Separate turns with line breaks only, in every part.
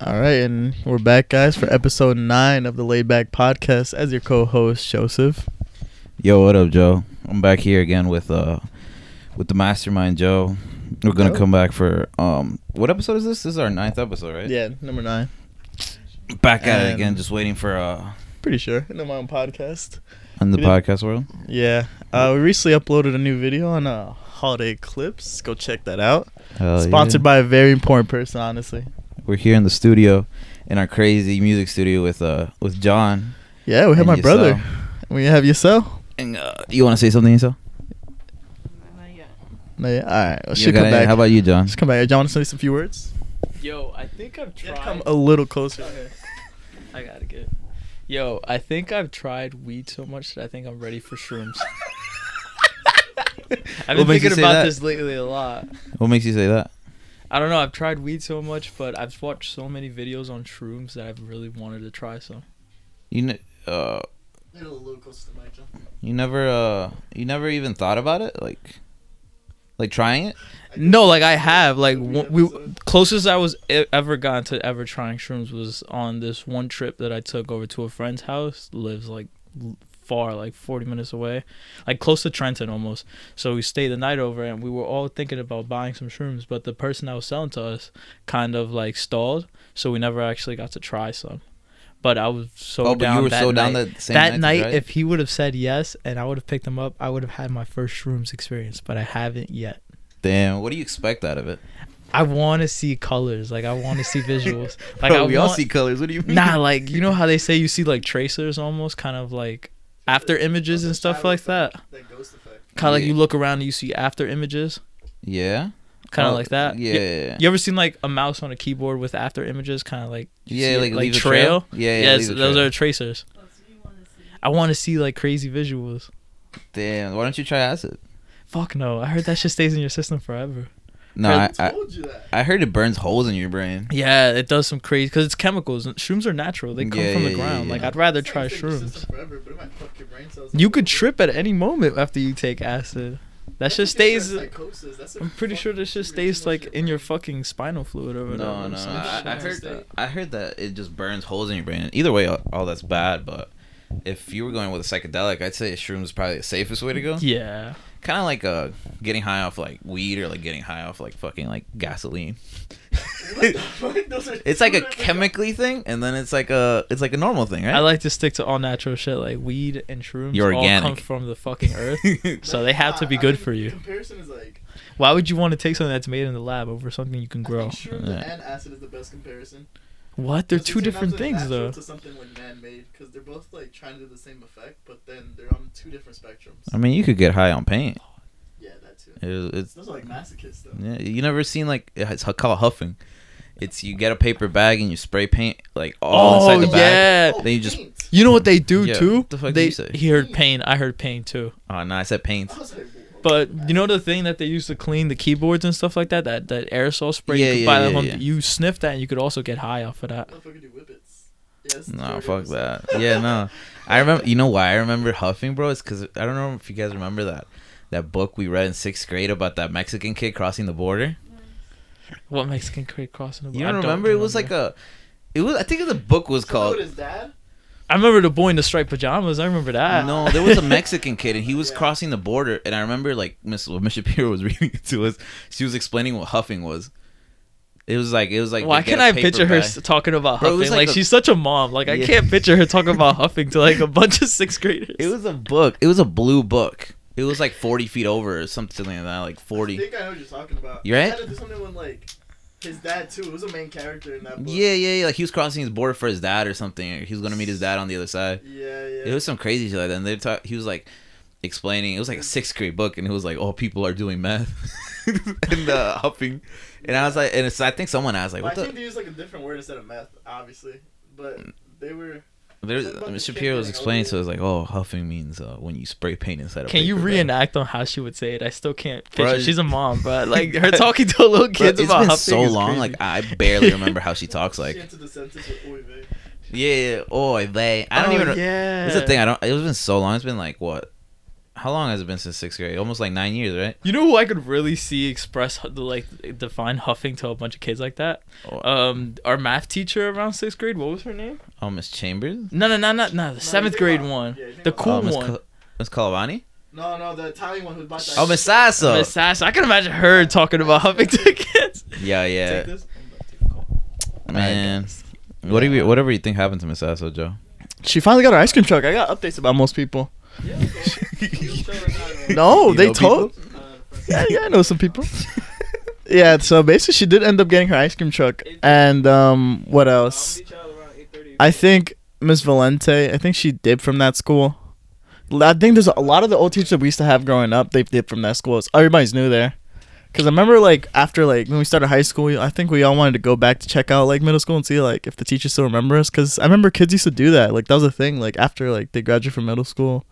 All right, and we're back, guys, for episode nine of the Laid Back Podcast. As your co-host, Joseph.
Yo, what up, Joe? I'm back here again with uh with the mastermind Joe. We're gonna
Joe?
come back for um what episode is this? This is our ninth episode, right?
Yeah, number nine.
Back at it
And-
again, just waiting for uh
Pretty sure. In my own podcast.
in the
We didn't-
podcast world.
Yeah, uh, we recently uploaded a new video on uh, holiday clips. Go check that out.
Hell
Sponsored
yeah.
by a very important person, honestly.
We're here in the studio, in our crazy music studio with uh with John.
Yeah, we have
And
my brother.
yourself.
We have yourself.
And uh, you want to say something yourself?
No, yeah, all right, well,
You
she'll
got
come
it?
back.
How about you, John?
She'll come back. John, want to say some few words?
Yo, I think I've
Yeah,
tried.
come a little closer.
Okay. I gotta get. Yo, I think I've tried weed so much that I think I'm ready for shrooms. I've
What
been
makes you
thinking
say
about
that?
this lately a lot.
What makes you say that?
I don't know. I've tried weed so much, but I've watched so many videos on shrooms that I've really wanted to try some.
You ne- uh
A little closer to the mic, John.
you never uh you never even thought about it like like trying it.
No, like I have. Like
Weed
one, we
episode.
closest I was e- ever gotten to ever trying shrooms was on this one trip that I took over to a friend's house. Lives like l- far, like forty minutes away, like close to Trenton almost. So we stayed the night over, and we were all thinking about buying some shrooms. But the person that was selling to us kind of like stalled, so we never actually got to try some. But I was so
oh,
down.
but you were
that
so
night.
down that same
that
to
night,
try it?
if he would have said yes and I would have picked him up, I would have had my first shrooms experience, but I haven't yet.
Damn, what do you expect out of it?
I want to see colors. Like I want to see visuals. Like
Like
I
we
want,
all see colors. What do you mean?
Nah, like you know how they say you see like tracers, almost kind of like after images and stuff like that.
That ghost effect.
Kind of like you
Yeah.
look around and you see after images,
Yeah.
kind of
Oh,
like that.
Yeah.
You,
Yeah.
you ever seen like a mouse on a keyboard with after images, kind of like you
yeah,
see it,
like, leave a
trail?
Yeah. Yeah.
yes,
leave a
those
trail.
are tracers.
Oh,
I want to see like crazy visuals.
Damn. Why don't you try acid?
Fuck no! I heard that shit stays in your system forever.
No,
Bro,
I, I
told you that.
I heard it burns holes in your brain.
Yeah, it does some crazy because it's chemicals. Shrooms are natural; they
Mm,
come
Yeah,
from
yeah,
the
yeah,
ground.
yeah.
Like I'd rather try shrooms. You could trip at any moment after you take acid. That shit stays. uh, I'm pretty sure that shit stays like in your fucking spinal fluid or
No,
whatever.
no.
or
no.
some
I,
shit
I
like
heard
that.
that. I heard that it just burns holes in your brain. Either way, all, all that's bad. But if you were going with a psychedelic, I'd say shrooms is probably the safest way to go.
Yeah.
Kind of like uh, getting high off like weed or like getting high off like fucking like gasoline. It's like a chemically thing, and then it's like a it's like a normal thing, right?
I like to stick to all natural shit like weed and shrooms.
You're
All come
organic.
from the fucking earth. so they have to be good for you.
Comparison is like
Why would you want to take something that's made in the lab over something you can
I
grow?
think shrooms
Yeah.
and acid is the best comparison.
What? They're
Because
two
it's an
different
absolute
things
natural
though.
To something like man-made, because they're both like trying to do the same effect, but then they're on two different spectrums.
I mean, you could get high on paint.
yeah, that too.
It, it's
Those are like masochist though.
Yeah, you never seen like it's hu- called huffing. It's you get a paper bag and you spray paint like all
Oh,
inside the bag.
yeah.
They just-
paint.
You know what they do
Yeah,
too?
the fuck
they
you say?
he heard pain. I heard pain too.
Oh no, I said paint.
I was like, whoa.
But you know the thing that they use to clean the keyboards and stuff like that? That that aerosol spray
Yeah,
you could
yeah,
buy at
yeah,
Home-
yeah.
You sniff that and you could also get high off of that.
Motherfucker do whippets. Yes.
No, fuck that. Yeah, no. I remember. You know why I remember huffing, bro? It's because I don't know if you guys remember that that book we read in sixth grade about that Mexican kid crossing the border.
What Mexican kid crossing the
You
border?
don't,
I
remember? It was like a. It was. I think the book was
Called
called.
his dad.
I remember the boy in the striped pajamas. I remember that.
No, there was a Mexican kid, and he was
Yeah.
crossing the border. And I remember, like Miss well, Miss Shapiro was reading it to us. She was explaining what huffing was. It was like it was like.
Why
they get
can
a
I
paper
picture her
bag.
s- talking about
Bro, it was
huffing?
like
Like,
a-
she's such a mom. Like I
Yeah.
can't picture her talking about huffing to like a bunch of sixth graders.
It was a book. It was a blue book. It was like forty feet over or something like that, like
I
forty.
think I know what you're talking about.
You right?
He had to do something with like his dad too. It was a main character in that book.
Yeah, yeah, yeah. Like he was crossing his border for his dad or something. Or he was gonna meet his dad on the other side.
Yeah, yeah.
It was some crazy shit like that. And they talk, he was like explaining. It was like a sixth grade book, and it was like, "Oh, people are doing meth and uh, huffing." And I was like, and it's, I think someone asked like,
Well, I
"What the?" Mm.
think they used like a different word instead of meth, obviously. But they were.
There's,
Something about
I mean,
the kid
Shapiro was
getting
explaining,
older.
so it was like, oh, huffing means uh, when you spray paint inside a
Can you
paper bag.
reenact on how she would say it? I still can't
Bro,
picture.
it's-
She's a mom, but like her talking to little
Bro,
kids
it's
about
been
huffing.
so
is
long,
crazy.
like I barely remember how she talks. Like,
She entered the sentence with "Oy vey."
yeah, yeah, oh, they. I don't
Oh,
even.
Yeah.
It's the thing. I don't. It's been so long. It's been like what, How long has it been since sixth grade? Almost like nine years, right?
You know who I could really see express the like define huffing to a bunch of kids like that?
Oh,
Um, our math teacher around sixth grade. What was her name?
oh Miss Chambers.
No, no, no, no, no. The seventh grade one, the cool
oh, Miss
one.
Col- Miss Calavani.
No, no, the Italian one who's about
Oh, Miss Sasso.
Miss Sasso. I can imagine her talking about huffing to kids.
yeah, yeah, man. What do you, whatever you think happened to Miss Sasso, Joe?
She finally got her ice cream truck. I got updates about most people. No,
You
they
know
told. Yeah, yeah, I know some people. yeah, so basically, she did end up getting her ice cream truck. And um, what else? I think Miss Valente. I think she did from that school. I think there's a lot of the old teachers that we used to have growing up. They did from that school. It's- Everybody's new there. Cause I remember like after like when we started high school, we- I think we all wanted to go back to check out like middle school and see like if the teachers still remember us. Cause I remember kids used to do that. Like that was a thing. Like after like they graduated from middle school,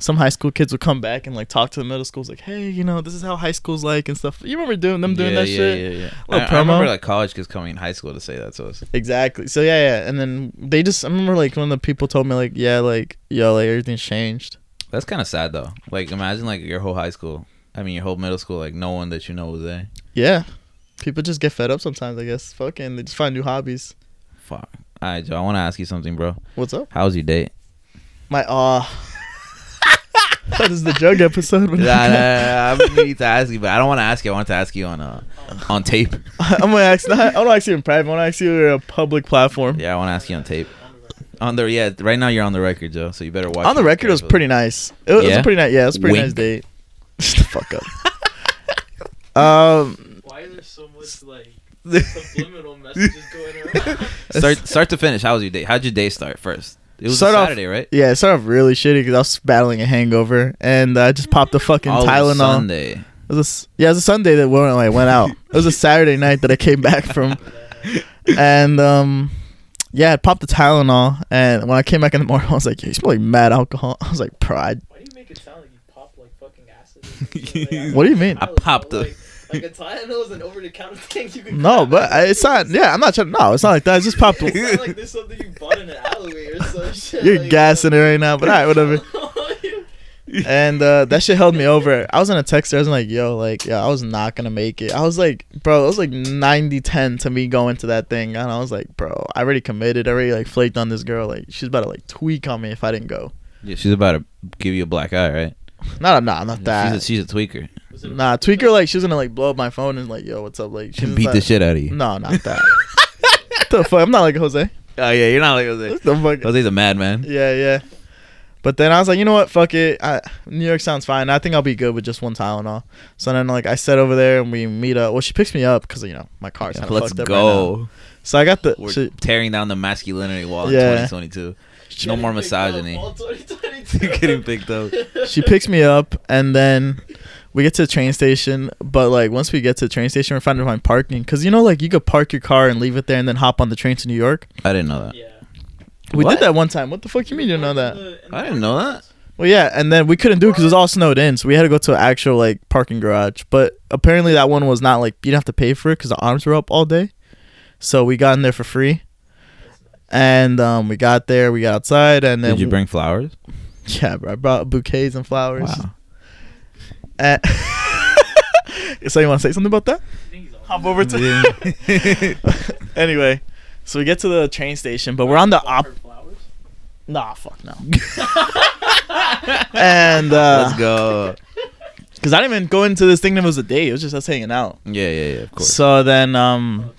some high school kids would come back and like talk to the middle schools like, hey, you know, this is how high school's like and stuff. You remember doing them doing
yeah,
that
yeah,
shit?
Yeah, yeah,
Little
I, I remember
promo.
like college kids coming in high school to say that to us.
Exactly. So yeah, yeah. And then they just I remember like when the people told me like, yeah, like yo, like everything's changed.
That's kind of sad though. Like imagine like your whole high school. I mean your whole middle school. Like no one that you know was there.
Yeah. People just get fed up sometimes, I guess. Fucking they just find new hobbies.
Fuck. All right, Joe. I want to ask you something, bro.
What's up?
How was your date?
My uh That is the jug episode.
nah, nah, nah, nah, I'm meaning to ask you, but I don't want to ask you. I want to ask you on uh, on tape.
I'm gonna ask not I don't ask you in private, I wanna ask you on a public platform.
Yeah, I want to ask you on tape. On the yeah, right now you're on the record, Joe. So you better watch.
On the
it
record it was
carefully.
pretty nice. It was, it was
Yeah?
a pretty nice yeah, it was a pretty
Wink.
nice date. Shut the fuck up. um
Why is there so much like
subliminal messages
going around?
Start start to finish. How was your day? How'd your day start first? It was
Start
a
off-
Saturday, right?
yeah, it started off really shitty because I was battling a hangover and I just popped a fucking
Oh, it was
Tylenol.
Sunday.
It was a s yeah, it was a Sunday that when I went out. It was a Saturday night that I came back from, and um, yeah, I popped the Tylenol. And when I came back in the morning, I was like, "Yeah, you smell like mad alcohol." I was like, "Pride."
Why do you make it sound like you pop like fucking acid?
What do you mean?
I popped the-
Like a Tylenol is an over-the-counter thing you can.
No, but I, it's not. Yeah, I'm not trying. No, it's not like that. I just popped.
It's not like there's something you bought in an alleyway or some shit.
You're
like,
gassing it right now, but alright, whatever.
Whatever.
And uh, that shit held me over. I was in a text. I was like, "Yo, like, yeah, I was not gonna make it." I was like, "Bro, it was like 90-10 to me going to that thing." And I was like, "Bro, I already committed. I already like flaked on this girl. Like, she's about to like tweak on me if I didn't go."
Yeah, she's about to give you a black eye, right?
No, no, no, not that.
She's a, she's a tweaker.
nah, tweaker like she's gonna like blow up my phone and like, yo, what's up? Like,
She
she's
beat
not-
the shit out of you.
No, not that. What the fuck? I'm not like Jose.
Oh yeah, you're not like Jose.
What the fuck?
Jose's a madman.
Yeah, yeah. But then I was like, you know what? Fuck it. I, New York sounds fine. I think I'll be good with just one Tylenol. So then, like, I sit over there and we meet up. Well, she picks me up because you know my car's kind of
Let's
fucked up right now.
go.
So I got the.
We're
she-
tearing down the masculinity wall
Yeah.
in 2022. No more misogyny. You're
Getting
getting picked up.
she picks me up and then we get to the train station but like once we get to the train station we're trying to find parking because you know like you could park your car and leave it there and then hop on the train to new york
I didn't know that.
Yeah.
we
What?
did that one time what the fuck you mean you know that
I didn't know that.
well yeah and then we couldn't do it because it was all snowed in so we had to go to an actual like parking garage but apparently that one was not like you didn't have to pay for it because the arms were up all day so we got in there for free and um, we got there we got outside and then
Did you bring flowers?
yeah bro, i brought bouquets and flowers Uh, so you want to say something about that? Hop over to. anyway, so we get to the train station, but we're on the op. Nah, fuck no. and
Let's
because
go.
I didn't even go into this thing that was a date, it was just us hanging out.
Yeah, yeah, yeah. Of course.
So then, um,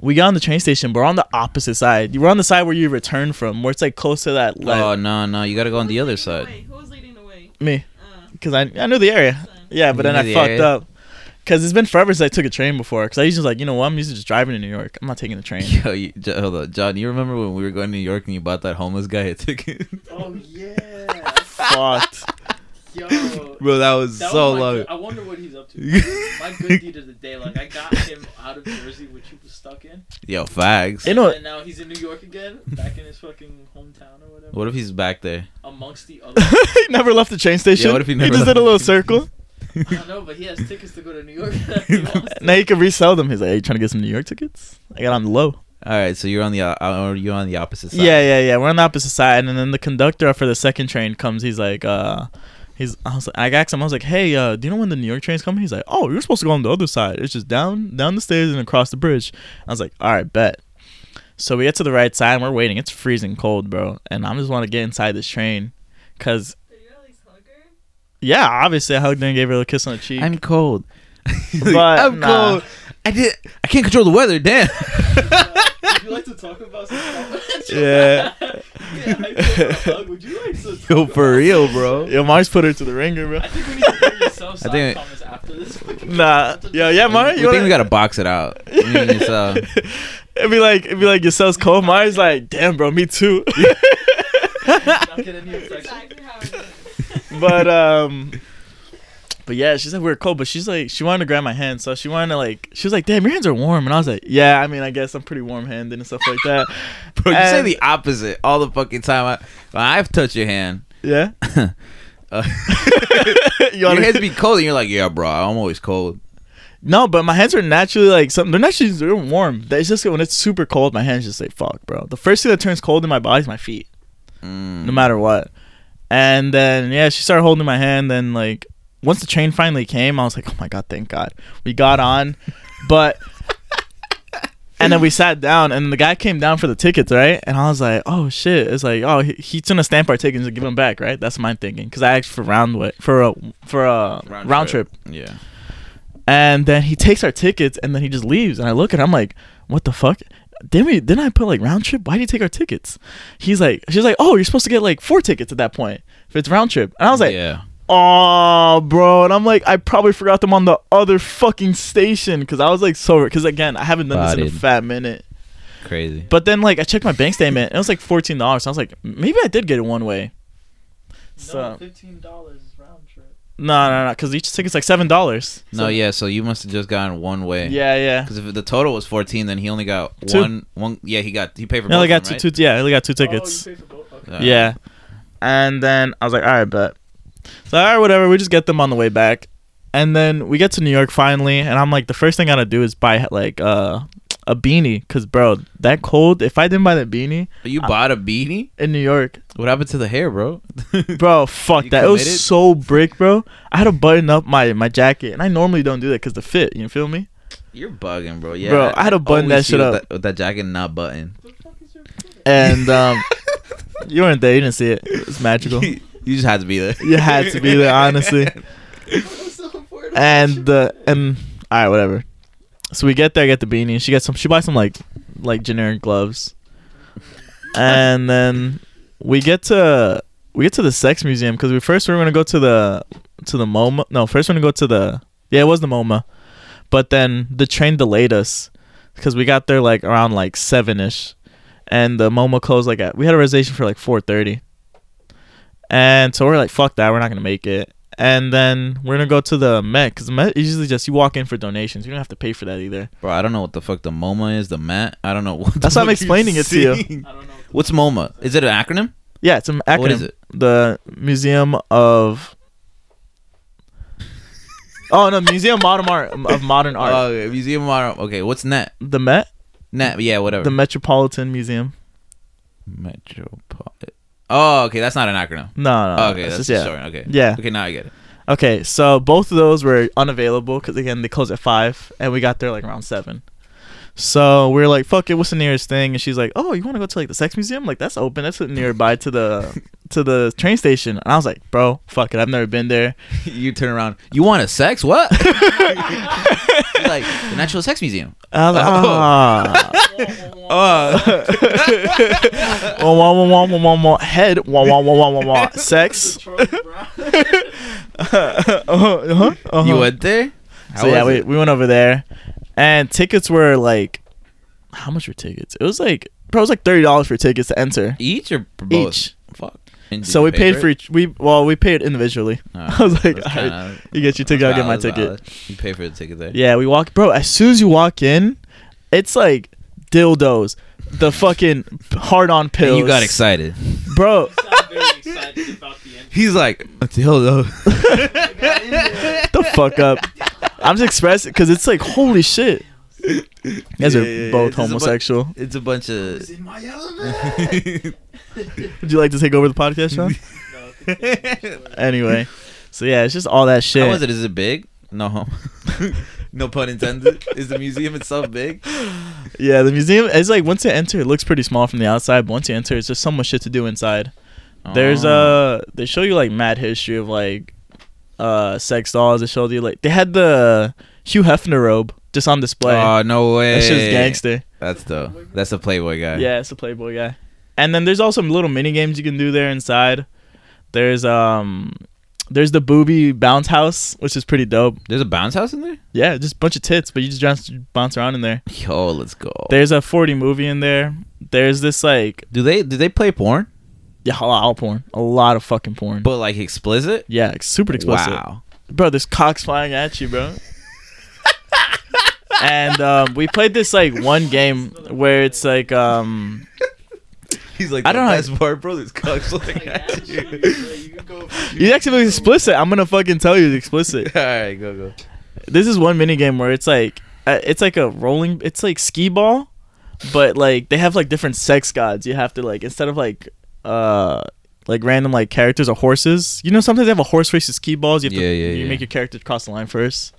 we got on the train station, but we're on the opposite side. We're on the side where you return from, where it's like close to that
Oh
left.
no, no, you gotta go on the other side.
Who's leading the way?
Me,
Uh,
because I I knew the area. Yeah, but then
You knew
I
the
fucked
area?
up. Cause it's been forever since I took a train before. Cause I usually like, you know what? I'm usually just driving to New York. I'm not taking the train.
Yo, you, Jo- hold on, John. You remember when we were going to New York and you bought that homeless guy a ticket,
Oh yeah.
Fucked.
Yo.
bro? That was
That
so
was my
long.
good- I wonder what he's up to. my good deed of the day, like I got him out of Jersey, which he was stuck in.
Yo, fags.
You know-
and now he's in New York again, back in his fucking hometown or whatever.
What if he's back there?
Amongst the other,
he never left the train station.
Yeah, what if he never
just
left?
did a little circle.
I don't know, but he has tickets to go to New York. He wants to.
now you can resell them. He's like, "Hey, you trying to get some New York tickets? I got on the low."
All right, so you're on the uh, uh, you're on the opposite side.
Yeah, yeah, yeah. We're on the opposite side, and then the conductor for the second train comes. He's like, "Uh, He's. I was. like- I asked him. I was like, "Hey, uh, do you know when the New York train's coming?" He's like, "Oh, you're supposed to go on the other side. It's just down, down the stairs and across the bridge." I was like, "All right, bet." So we get to the right side and we're waiting. It's freezing cold, bro. And I just want to get inside this train, cause
Did you at least hug her?
yeah, obviously I hugged her and gave her a kiss on the cheek.
I'm cold.
But,
I'm
nah.
cold. I did. I can't control the weather. Damn.
Would you like to talk about some stuff?
yeah.
yeah, I feel a hug. Would you like to talk
Yo, for
about-
real, bro.
Yo, Mars put her to the ringer, bro.
I think we need to bring yourself
I
side
think-
comments after this.
Nah. Yo, yeah, Mars. you
we think we
wanna-
gotta box it out. I mean, it's, uh,
it'd be like it'd be like yourself's cold. Mars like, damn, bro, me too.
Not get any
That's
infection.
exactly how it is.
but um but yeah she said we were cold but she's like she wanted to grab my hand so she wanted to like she was like damn your hands are warm and i was like yeah i mean i guess i'm pretty warm handed and stuff like that
bro, you say
And-
the opposite all the fucking time. I, when I've touched your hand.
yeah
Uh,
you
your
wanna-
hands be cold, and you're like, "Yeah, bro, I'm always cold."
no but my hands are naturally like something they're naturally they're warm it's just that when it's super cold my hands just like fuck bro the first thing that turns cold in my body is my feet
Mm.
no matter what. And then yeah, she started holding my hand. And like once the train finally came, I was like, oh my god, thank God, we got on. But and then we sat down, and the guy came down for the tickets, right? And I was like, oh shit, it's like oh he, he's gonna stamp our tickets and give them back, right? That's my thinking because I asked for round way for a for a round,
Round
trip.
trip. Yeah.
And then he takes our tickets, and then he just leaves. And I look at him, I'm like, what the fuck? Didn't we? Didn't I put like round trip? Why do you take our tickets? He's like, she's like, oh, you're supposed to get like four tickets at that point if it's round trip. And I was like,
"Yeah."
oh, bro. And I'm like, I probably forgot them on the other fucking station because I was like so. Because again, I haven't done this in a
Spotted.
fat minute.
Crazy.
But then like I checked my bank statement, and it was like fourteen dollars. I was like, maybe I did get it one way.
No,
So
fifteen dollars round trip.
no, no, no, because each ticket's like seven dollars.
no, yeah. So you must have just gotten one way.
Yeah, yeah.
Because if the total was 14, then he only got
Two.
one. One. Yeah, he got. He paid for.
No, I
both
got
of them,
two, two. Yeah, I only got two tickets.
Oh, you paid for both. Okay.
right? Uh,
yeah. And then I was like, all right, bet. So, all right, whatever. We just get them on the way back. And then we get to New York finally. And I'm like, the first thing I gotta do is buy, like, uh, a beanie. Because, bro, that cold, if I didn't buy that beanie
But You bought a beanie.
in New York,
What happened to the hair, bro?
bro, fuck
You
that. It
committed?
was so brick, bro. I had to button up my, my jacket. And I normally don't do that because the fit, you feel me?
You're bugging, bro. Yeah.
Bro, I had to button that
always see
shit
with
up.
That, with that jacket not button.
What the fuck is your
And um, you weren't there. You didn't see it. It was magical.
you just had to be there.
you had to be there, honestly.
What's so important?
and uh, and all right, whatever. So we get there, I get the beanie. She gets some. She buys some like like generic gloves, and then we get to we get to the sex museum because we first we were gonna go to the to the MoMA. No, first we're gonna go to the yeah, it was the MoMA, but then the train delayed us because we got there like around like seven ish, and the MoMA closed like at we had a reservation for like four thirty, and so we're like fuck that, we're not gonna make it. And then we're gonna go to the Met because the Met is usually just you walk in for donations. You don't have to pay for that either.
Bro, I don't know what the fuck the MoMA is. The mat. I don't know. What the
That's why I'm
fuck you're
explaining it to you.
seeing.
I don't know.
What's MoMA? Is it an acronym?
Yeah, it's an acronym.
What is it?
The Museum of. oh no, Museum of Modern Art of Modern Art.
Oh, okay. Museum of Modern. Okay, what's net?
the Met,
Net. Yeah, whatever.
the Metropolitan Museum.
Metropolitan. Oh, okay. That's not an acronym.
No, no. no,
okay,
Uh, it's
that's
just-
the
yeah.
story. Okay.
Yeah.
Okay, now I get it.
Okay, so both of those were unavailable because again they closed at five, and we got there like around seven. So we are like, "Fuck it, what's the nearest thing?" And she's like, "Oh, you want to go to like the sex museum? Like that's open. That's nearby to the to the train station." And I was like, "Bro, fuck it, I've never been there."
you turn around. You want a sex? What? You're like the Natural Sex Museum.
And I was like,
Oh.
"Ah."
Oh,
wah, wah, wah, wah, wah, wah, wah, head, wah, wah, wah, wah, wah, wah, sex.
Charlie Brown.
Uh-huh, uh-huh, uh-huh.
you went there?
So yeah, we, we went over there, and tickets were like, how much were tickets? It was like, bro, it was like thirty dollars for tickets to enter.
each or for both?
Each.
Fuck. And did
So
you
we
pay
paid for each. We well, we paid individually.
Alright,
I was like,
Oh, that's
alright,
kinda-
you get your
that's
ticket, I'll get my
valid,
ticket.
valid. You pay for the ticket there.
Yeah, we walk, bro. As soon as you walk in, it's like dildos, the fucking hard-on pills.
And you got excited.
You
bro.
sound very excited about the end.
He's like, until though.
Shut the fuck up. I'm just expressing because it's like holy shit. You guys
Yeah,
are
yeah, yeah,
both
it's just a bu-
homosexual.
It's a bunch of.
Is in my element.
Would you like to take over the podcast, Sean?
No,
That's
anyway, So yeah, it's just all that shit.
How is it? Is it big? No, no pun intended. Is the museum itself big?
Yeah, the museum is like once you enter, it looks pretty small from the outside. But once you enter, it's just so much shit to do inside. There's uh, they show you like mad history of like, uh, sex dolls. They showed you like they had the Hugh Hefner robe just on display.
Oh no way!
that shit's gangster.
That's the that's the Playboy guy.
Yeah, it's a Playboy guy. And then there's also little mini games you can do there inside. There's um, there's the booby bounce house, which is pretty dope.
There's a bounce house in there.
Yeah, just a bunch of tits, but you just bounce, bounce around in there.
Yo, let's go.
There's a 40 movie in there. There's this like
do they do they play porn?
yeah, a lot of porn, a lot of fucking porn.
But like explicit.
yeah, it's super explicit,
Wow.
bro. There's cocks flying at you, bro. and um, we played this like one game where it's like um,
He's like,
I don't
the
know.
best part, bro. This cock's looking at you.
it's actually explicit. I'm gonna fucking tell you it's explicit.
All right, go go.
This is one mini game where it's like uh, it's like a rolling it's like skee ball but like they have like different sex gods you have to like instead of like uh like random like characters or horses you know sometimes they have a horse race with skee balls you have
Yeah,
to
yeah,
you
yeah.
make your character cross the line first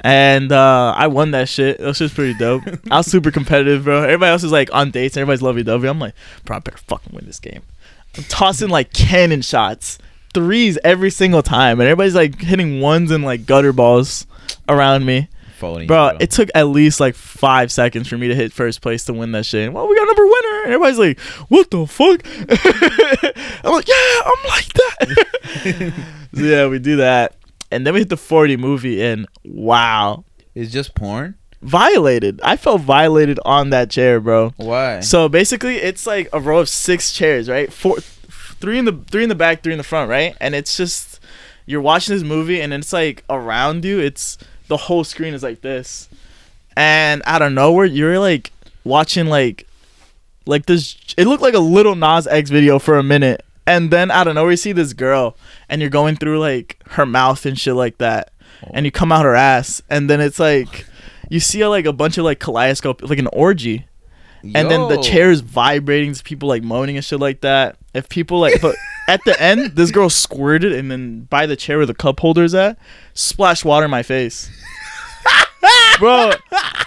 and uh i won that shit that shit's pretty dope i was super competitive bro everybody else is like on dates and everybody's lovey-dovey i'm like bro i better fucking win this game i'm tossing like cannon shots threes every single time and everybody's like hitting ones and like gutter balls around me
Phony,
Bro, it took at least like five seconds for me to hit first place to win that shit. Well, we got number winner. And everybody's like, what the fuck? I'm like, yeah, I'm like that. so yeah, we do that. And then we hit the 40 movie, and wow.
it's just porn.
Violated. I felt violated on that chair, bro.
Why?
So basically, it's like a row of six chairs, right? Four, three in the three in the back, three in the front, right? And it's just you're watching this movie, and it's like around you. It's the whole screen is like this, and out of nowhere, you're like watching like like this. It looked like a little Nas X video for a minute, and then out of nowhere, you see this girl, and you're going through like her mouth and shit like that, and you come out her ass, and then it's like. You see like a bunch of like kaleidoscope, like an orgy, and then the
Yo.
chairs vibrating, there's people like moaning and shit like that. If people like, but at the end, this girl squirted and then by the chair where the cup holder's at, splashed water in my face, bro.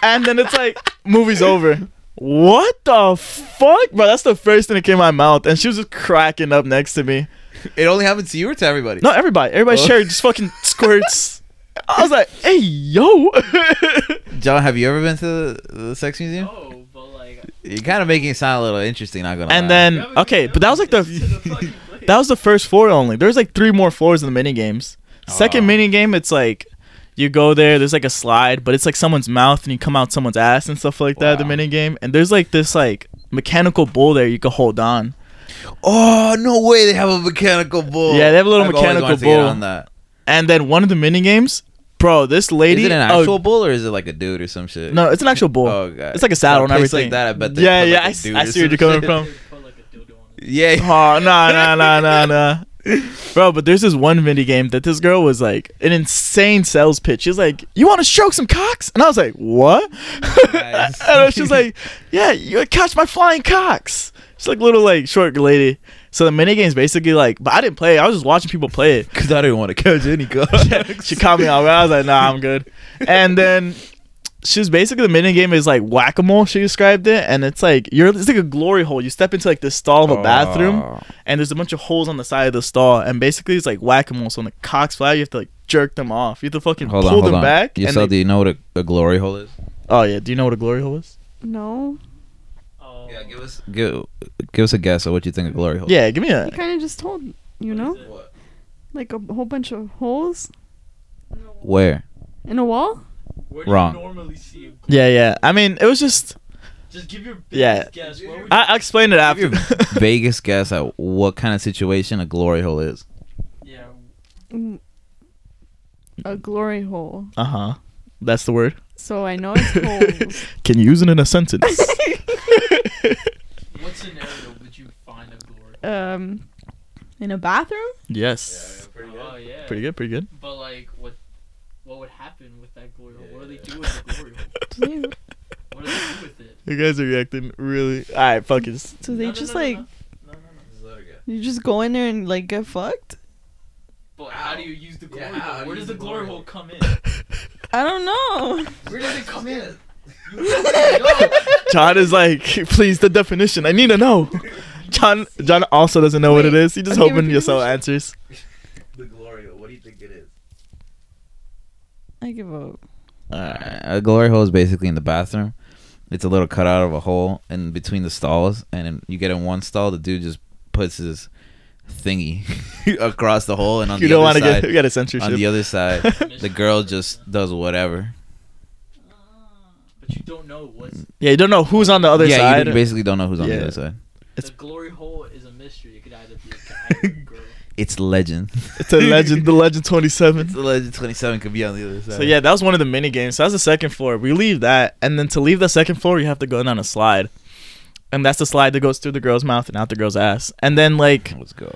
And then it's like, movie's over. What the fuck, bro? That's the first thing that came out my mouth, and she was just cracking up next to me.
It only happened to you or to everybody?
No, everybody, everybody
Oh.
shared just fucking squirts. I was like, hey yo,
John, have you ever been to the, the sex museum?
No, Oh, but like.
You're kind of making it sound a little interesting. Not gonna. lie.
and then okay, but that was like the That was the first floor only. There's like three more floors in the mini games. Second
Oh.
mini game, it's like you go there. There's like a slide, but it's like someone's mouth, and you come out someone's ass and stuff like that. The
Wow.
mini game, and there's like this like mechanical bull there you can hold on.
oh no way! They have a mechanical bull.
Yeah, they have a little
I've always
mechanical
wanted to get
bull.
on that.
And then one of the mini games, bro, this lady.
Is it an
oh,
actual bull or is it like a dude or some shit?
no, it's an actual bull.
Oh god.
It's like a saddle
At
and
a place
everything.
Like that, I bet. They
yeah,
put, like,
yeah,
a
I s-
dude
I,
or
see where
some
you're coming
shit.
from.
Yeah.
Oh no no no no no. Bro, but there's this one mini game that this girl was like an insane sales pitch. She was like, "You want to stroke some cocks?" And I was like, "What?"
Nice.
and she was like, "Yeah, you catch my flying cocks." She's like little like short lady. So the mini game's basically like, but I didn't play. it. I was just watching people play it.
Because I didn't want to catch any guy.
she caught me out. I was like, "Nah, I'm good." And then she's basically the mini game is like whack a mole. She described it, and it's like you're it's like a glory hole. You step into like the stall of a bathroom
Oh,
and there's a bunch of holes on the side of the stall, and basically it's like whack a mole. So when the cocks fly, you have to like jerk them off. You have to fucking
Hold
pull
on, hold
them
on.
back.
You
and
saw?
they-
Do you know what a, a glory hole is?
oh yeah, do you know what a glory hole is?
No.
Oh.
Yeah, give us give, give us a guess of what you think a glory hole.
Yeah, give me
You
a.
kind of just told, you know? Like a whole bunch of holes
Where?
in a wall?
Where
Wrong.
You normally see it?
Yeah, yeah. I mean, it was just
Just give your
Yeah.
biggest guess. What would
I, I explained it after.
Give your vaguest guess at what kind of situation a glory hole is.
you- yeah.
Mm. A glory hole.
uh huh. That's the word.
So I know it's holes.
Can you use it in a sentence?
What scenario would you find a glory?
Um, in a bathroom?
yes.
Oh yeah.
Pretty good. Pretty good.
But like, what what would happen with that glory hole? What do they do with the glory hole?
Do they,
What do they do with it?
You guys are reacting really. All right, fuck it.
do they
No, no,
just
no, no,
like
no. No, no, no.
you just go in there and like get fucked?
But like, how do you use the glory hole? Where does the glory hole come in?
I don't know.
Where does it come in?
John is like, please, the definition. I need to know. John John also doesn't know what it is. He just
okay,
hoping
repeat the
Yosel
question.
answers.
The glory hole. What do you think it is?
I give up.
Alright, Uh, a glory hole is basically in the bathroom. It's a little cutout of a hole in between the stalls, and in- you get in one stall, the dude just puts his thingy across the hole, and on
You
the
don't want
other
to get
side,
we got a
on the
censorship.
other side, the girl just does whatever.
Uh.
But you don't know what's
Yeah, you don't know who's on the other
yeah, you-
side.
You, basically don't know who's on
Yeah.
the other side.
It's-
the glory hole is a mystery. It could either be a guy or a girl.
It's legend.
it's a legend. The legend twenty seven.
It's a legend. Twenty-seven could be on the other side.
So yeah, that was one of the mini games. So that's the second floor. We leave that, and then to leave the second floor, you have to go down a slide, and that's the slide that goes through the girl's mouth and out the girl's ass. And then like
let's go.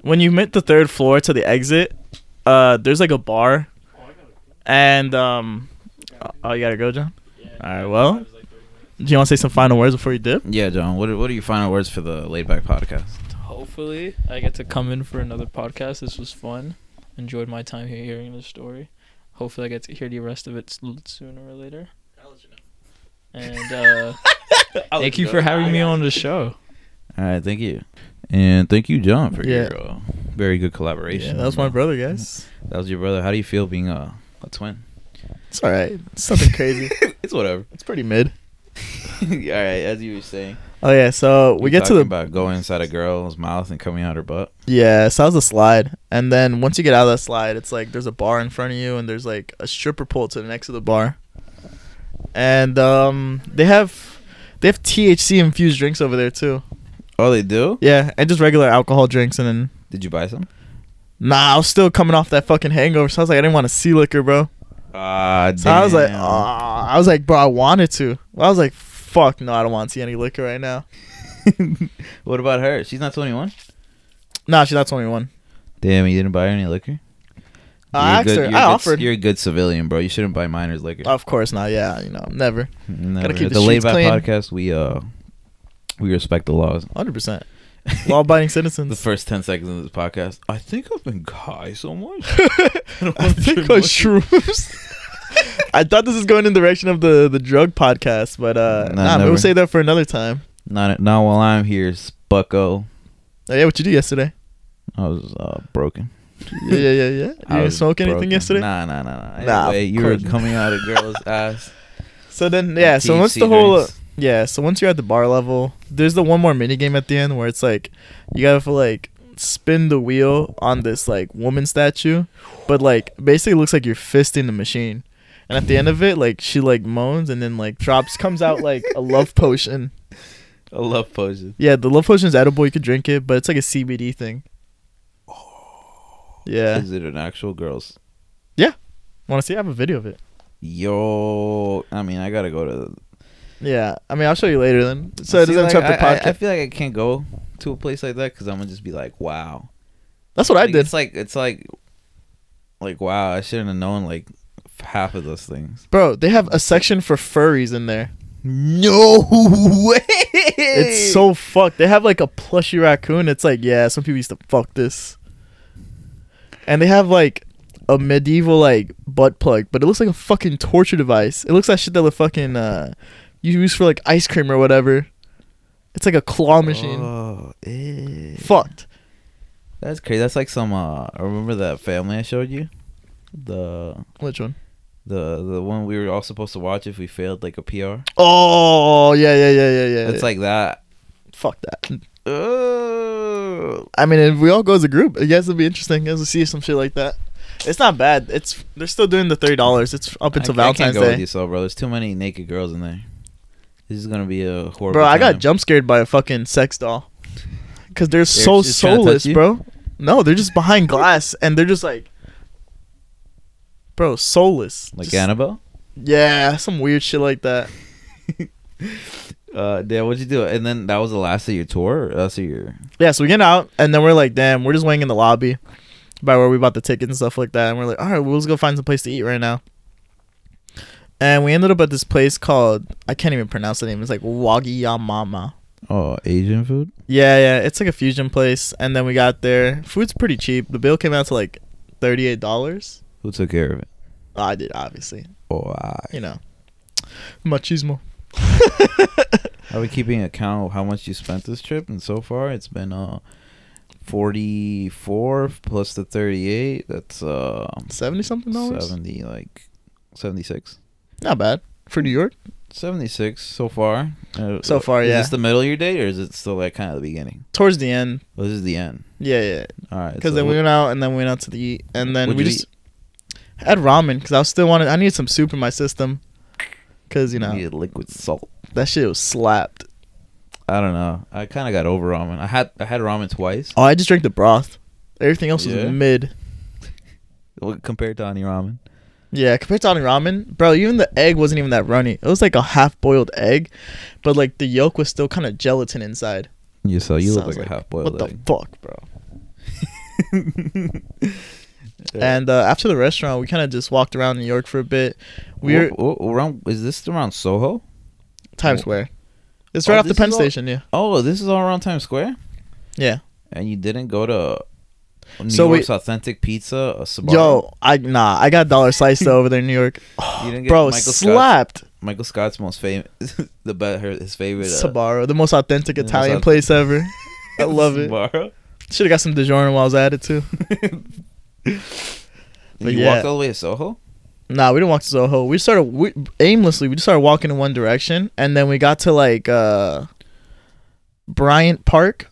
when you hit the third floor to the exit, uh, there's like a bar, and um, oh, you gotta go, John. All right, well, do you want to say some final words before you dip?
Yeah, John. What are, what are your final words for the laid back podcast?
Hopefully, I get to come in for another podcast. This was fun. Enjoyed my time here hearing the story. Hopefully, I get to hear the rest of it s- sooner or later. And uh, thank you for having me on the show.
All right, thank you, and thank you, John, for
Yeah.
your uh, very good collaboration.
Yeah, that was my brother, guys.
That was your brother. How do you feel being a a twin?
It's all right. It's nothing crazy.
It's whatever.
it's pretty mid.
All right, as you were saying,
Oh yeah, so we
You're
get to
talking
the
about going inside a girl's mouth and coming out her butt.
yeah. So that was the slide, and then once you get out of that slide, it's like there's a bar in front of you, and there's like a stripper pole to the next of the bar, and um, they have they have THC infused drinks over there too.
Oh, they do?
Yeah, and just regular alcohol drinks, and then
Did you buy some?
nah, I was still coming off that fucking hangover, so I was like, I didn't want to see liquor, bro.
Ah,
So I was like,
damn.
ah, I was like, bro, I wanted to. Well, I was like, fuck, no, I don't want to see any liquor right now.
what about her? She's not twenty one.
Nah, she's not 21.
Damn, you didn't buy her any liquor.
I asked
You're a
her.
you're a
I offered.
You're a good civilian, bro. You shouldn't buy minors liquor.
Of course not. Yeah, you know, never.
Never.
keep the
the laid
streets
back
clean.
podcast. We uh, we respect the laws.
100%. Law-abiding citizens.
The first ten seconds of this podcast, I think I've been high so much.
I think I shrooms. I thought this was going in the direction of the, the drug podcast, but uh,
Nah,
nah, we'll
never.
save that for another time.
Not not while I'm here, Spucko.
Oh, yeah, what you do yesterday?
I was uh, broken.
Yeah, yeah, yeah, yeah. You
I
didn't
was
smoke anything
broken.
yesterday?
Nah, nah, nah, nah.
Nah,
anyway,
of
you were
course.
coming out of girl's ass.
So then, yeah. So
THC
once the whole, uh,
drinks.
yeah. So once you're at the bar level, there's the one more mini game at the end where it's like, you gotta like spin the wheel on this like woman statue, but like basically it looks like you're fisting the machine. And at the end of it, like she like moans and then like drops comes out like a love potion. uh,
a love potion.
Yeah, the love potion's edible. You could drink it, but it's like a CBD thing. Yeah.
Oh. Is it an actual girl's?
Want to see? I have a video of it.
Yo, I mean, I gotta go to.
Yeah. I mean, I'll show you later then. So it
See,
doesn't
like,
interrupt the
I, I, I
podcast.
feel like I can't go to a place like that because I'm gonna just be like, wow.
That's what I
Like,
did.
It's like it's like, like wow. I shouldn't have known like half of those things.
Bro, they have a section for furries in there.
No way.
It's so fucked. They have like a plushy raccoon. It's like, yeah, some people used to fuck this. And they have like a medieval like butt plug, but it looks like a fucking torture device. It looks like shit that would fucking uh you use for like ice cream or whatever. It's like a claw machine.
Oh, eh.
Fucked.
That's crazy. That's like some. Uh, remember that family I showed you? The
Which one?
the the one we were all supposed to watch if we failed like a PR.
Oh yeah, yeah, yeah, yeah, yeah.
It's like that.
fuck that.
Oh,
I mean, if we all go as a group, I guess it'd be interesting. I guess we see some shit like that. It's not bad. It's they're still doing the thirty dollars. It's up until
I, I
Valentine's
can't go
Day.
with you, so bro. There's too many naked girls in there. This is gonna be a horrible.
Bro, I got
time.
jump scared by a fucking sex doll. Cause they're so
just tryna touch
soulless,
you?
bro. No, they're just behind glass and they're just like Bro, soulless.
like
Just-
Annabelle.
Yeah, some weird shit like that.
Uh, yeah, what'd you do? And then that was the last of your tour. Or that's of your.
Yeah, so we get out and then we're like, damn, we're just waiting in the lobby by where we bought the tickets and stuff like that. And we're like, all right, we'll just go find some place to eat right now. And we ended up at this place called I can't even pronounce the name. It's like Wagiyamama.
Oh, Asian food.
Yeah, yeah, it's like a fusion place, and then we got there. Food's pretty cheap. The bill came out to like thirty eight dollars.
Who took care of it?
I did obviously.
Oh, I.
You know, machismo.
Are we keeping account of how much you spent this trip? And so far, it's been uh, forty four plus the thirty eight. That's uh,
Seventy something dollars.
seventy like seventy six.
Not bad for New York.
76 so far. Uh,
So far,
Is
yeah.
this the middle of your date or is it still like kind of the beginning?
Towards the end.
Well, this is the end.
Yeah, yeah.
All right.
Because
so
then we
wh-
went out and then we went out to the eat and then
What'd
we
you
just had ramen because I was still wanted. I needed some soup in my system. Cause you know
needed liquid salt.
that shit was slapped.
I don't know. I kind of got over ramen. I had I had ramen twice.
Oh, I just drank the broth. Everything else was
Yeah?
mid.
Well, Compared to any ramen.
Yeah, compared to Ani ramen, bro, even the egg wasn't even that runny. It was like a half boiled egg, but like the yolk was still kind of gelatin inside.
You so you look
Sounds
like, a half
What
boiled
the
egg.
fuck, bro? And uh, after the restaurant, we kind of just walked around New York for a bit. We were
Wh- wh- around is this around Soho?
Times
wh-
Square. It's
Oh,
right off the
this
Penn
is all-
Station, yeah.
Oh, this is all around Times Square.
Yeah.
And you didn't go to New
So we-
York's authentic pizza, a Sbarro?
Yo, I nah, I got dollar slice though over there in New York.
You didn't get
bro,
Michael Scott's-
slapped
Michael Scott's most famous, the bet her his favorite uh,
Sabaro, the most authentic
the most
Italian
auth-
place ever. I love it.
Sbarro.
Should have got some DiGiorno while I was at it too. But
you
yeah.
walked all the way to Soho.
Nah, we didn't walk to Soho. We started we, aimlessly. We just started walking in one direction, and then we got to like uh Bryant Park.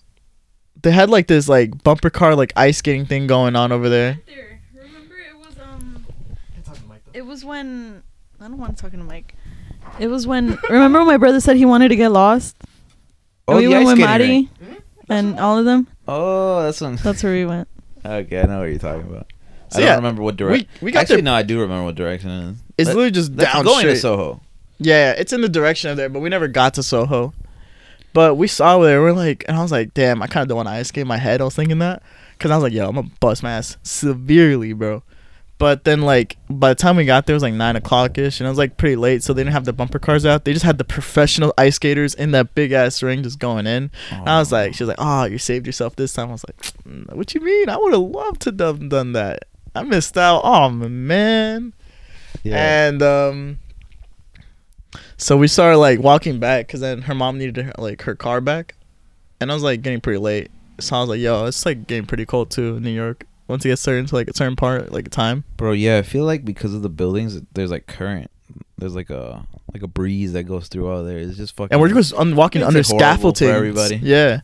They had like this like bumper car like ice skating thing going on over there.
There. Remember it was um it was when I don't want to talk to Mike. It was when remember when my brother said he wanted to get lost? And we
Oh, the
went
ice
with
skating rink.
Maddie and all of them.
Oh, that's one.
That's where we went.
okay, I know what you're talking about.
So
I don't
yeah,
remember what direction.
we got
Actually,
there-
no, I do remember what direction it is.
It's
Let-
literally just
that's
down
going
straight.
to Soho.
Yeah, it's in the direction of there, but we never got to Soho. But we saw where we're like, and I was like, damn, I kind of don't want to ice skate in my head. I was thinking that because I was like, yo, I'm gonna bust my ass severely, bro. But then like by the time we got there, it was like nine o'clock ish, and it was like pretty late, so they didn't have the bumper cars out. They just had the professional ice skaters in that big ass ring just going in. And I was like, she was like, oh, you saved yourself this time. I was like, "Mm, what you mean? I would have loved to have done that. I missed out. Oh man. And um, so we started like walking back because then her mom needed her, like her car back, and I was like getting pretty late. So I was like, "Yo, it's like getting pretty cold too in New York." Once it gets certain to like a certain part, like time.
bro, yeah, I feel like because of the buildings, there's like current. There's like a like a breeze that goes through all there. It's just fucking.
And we're just un- walking
Makes
under
it horrible for
scaffolding.
everybody.
Yeah,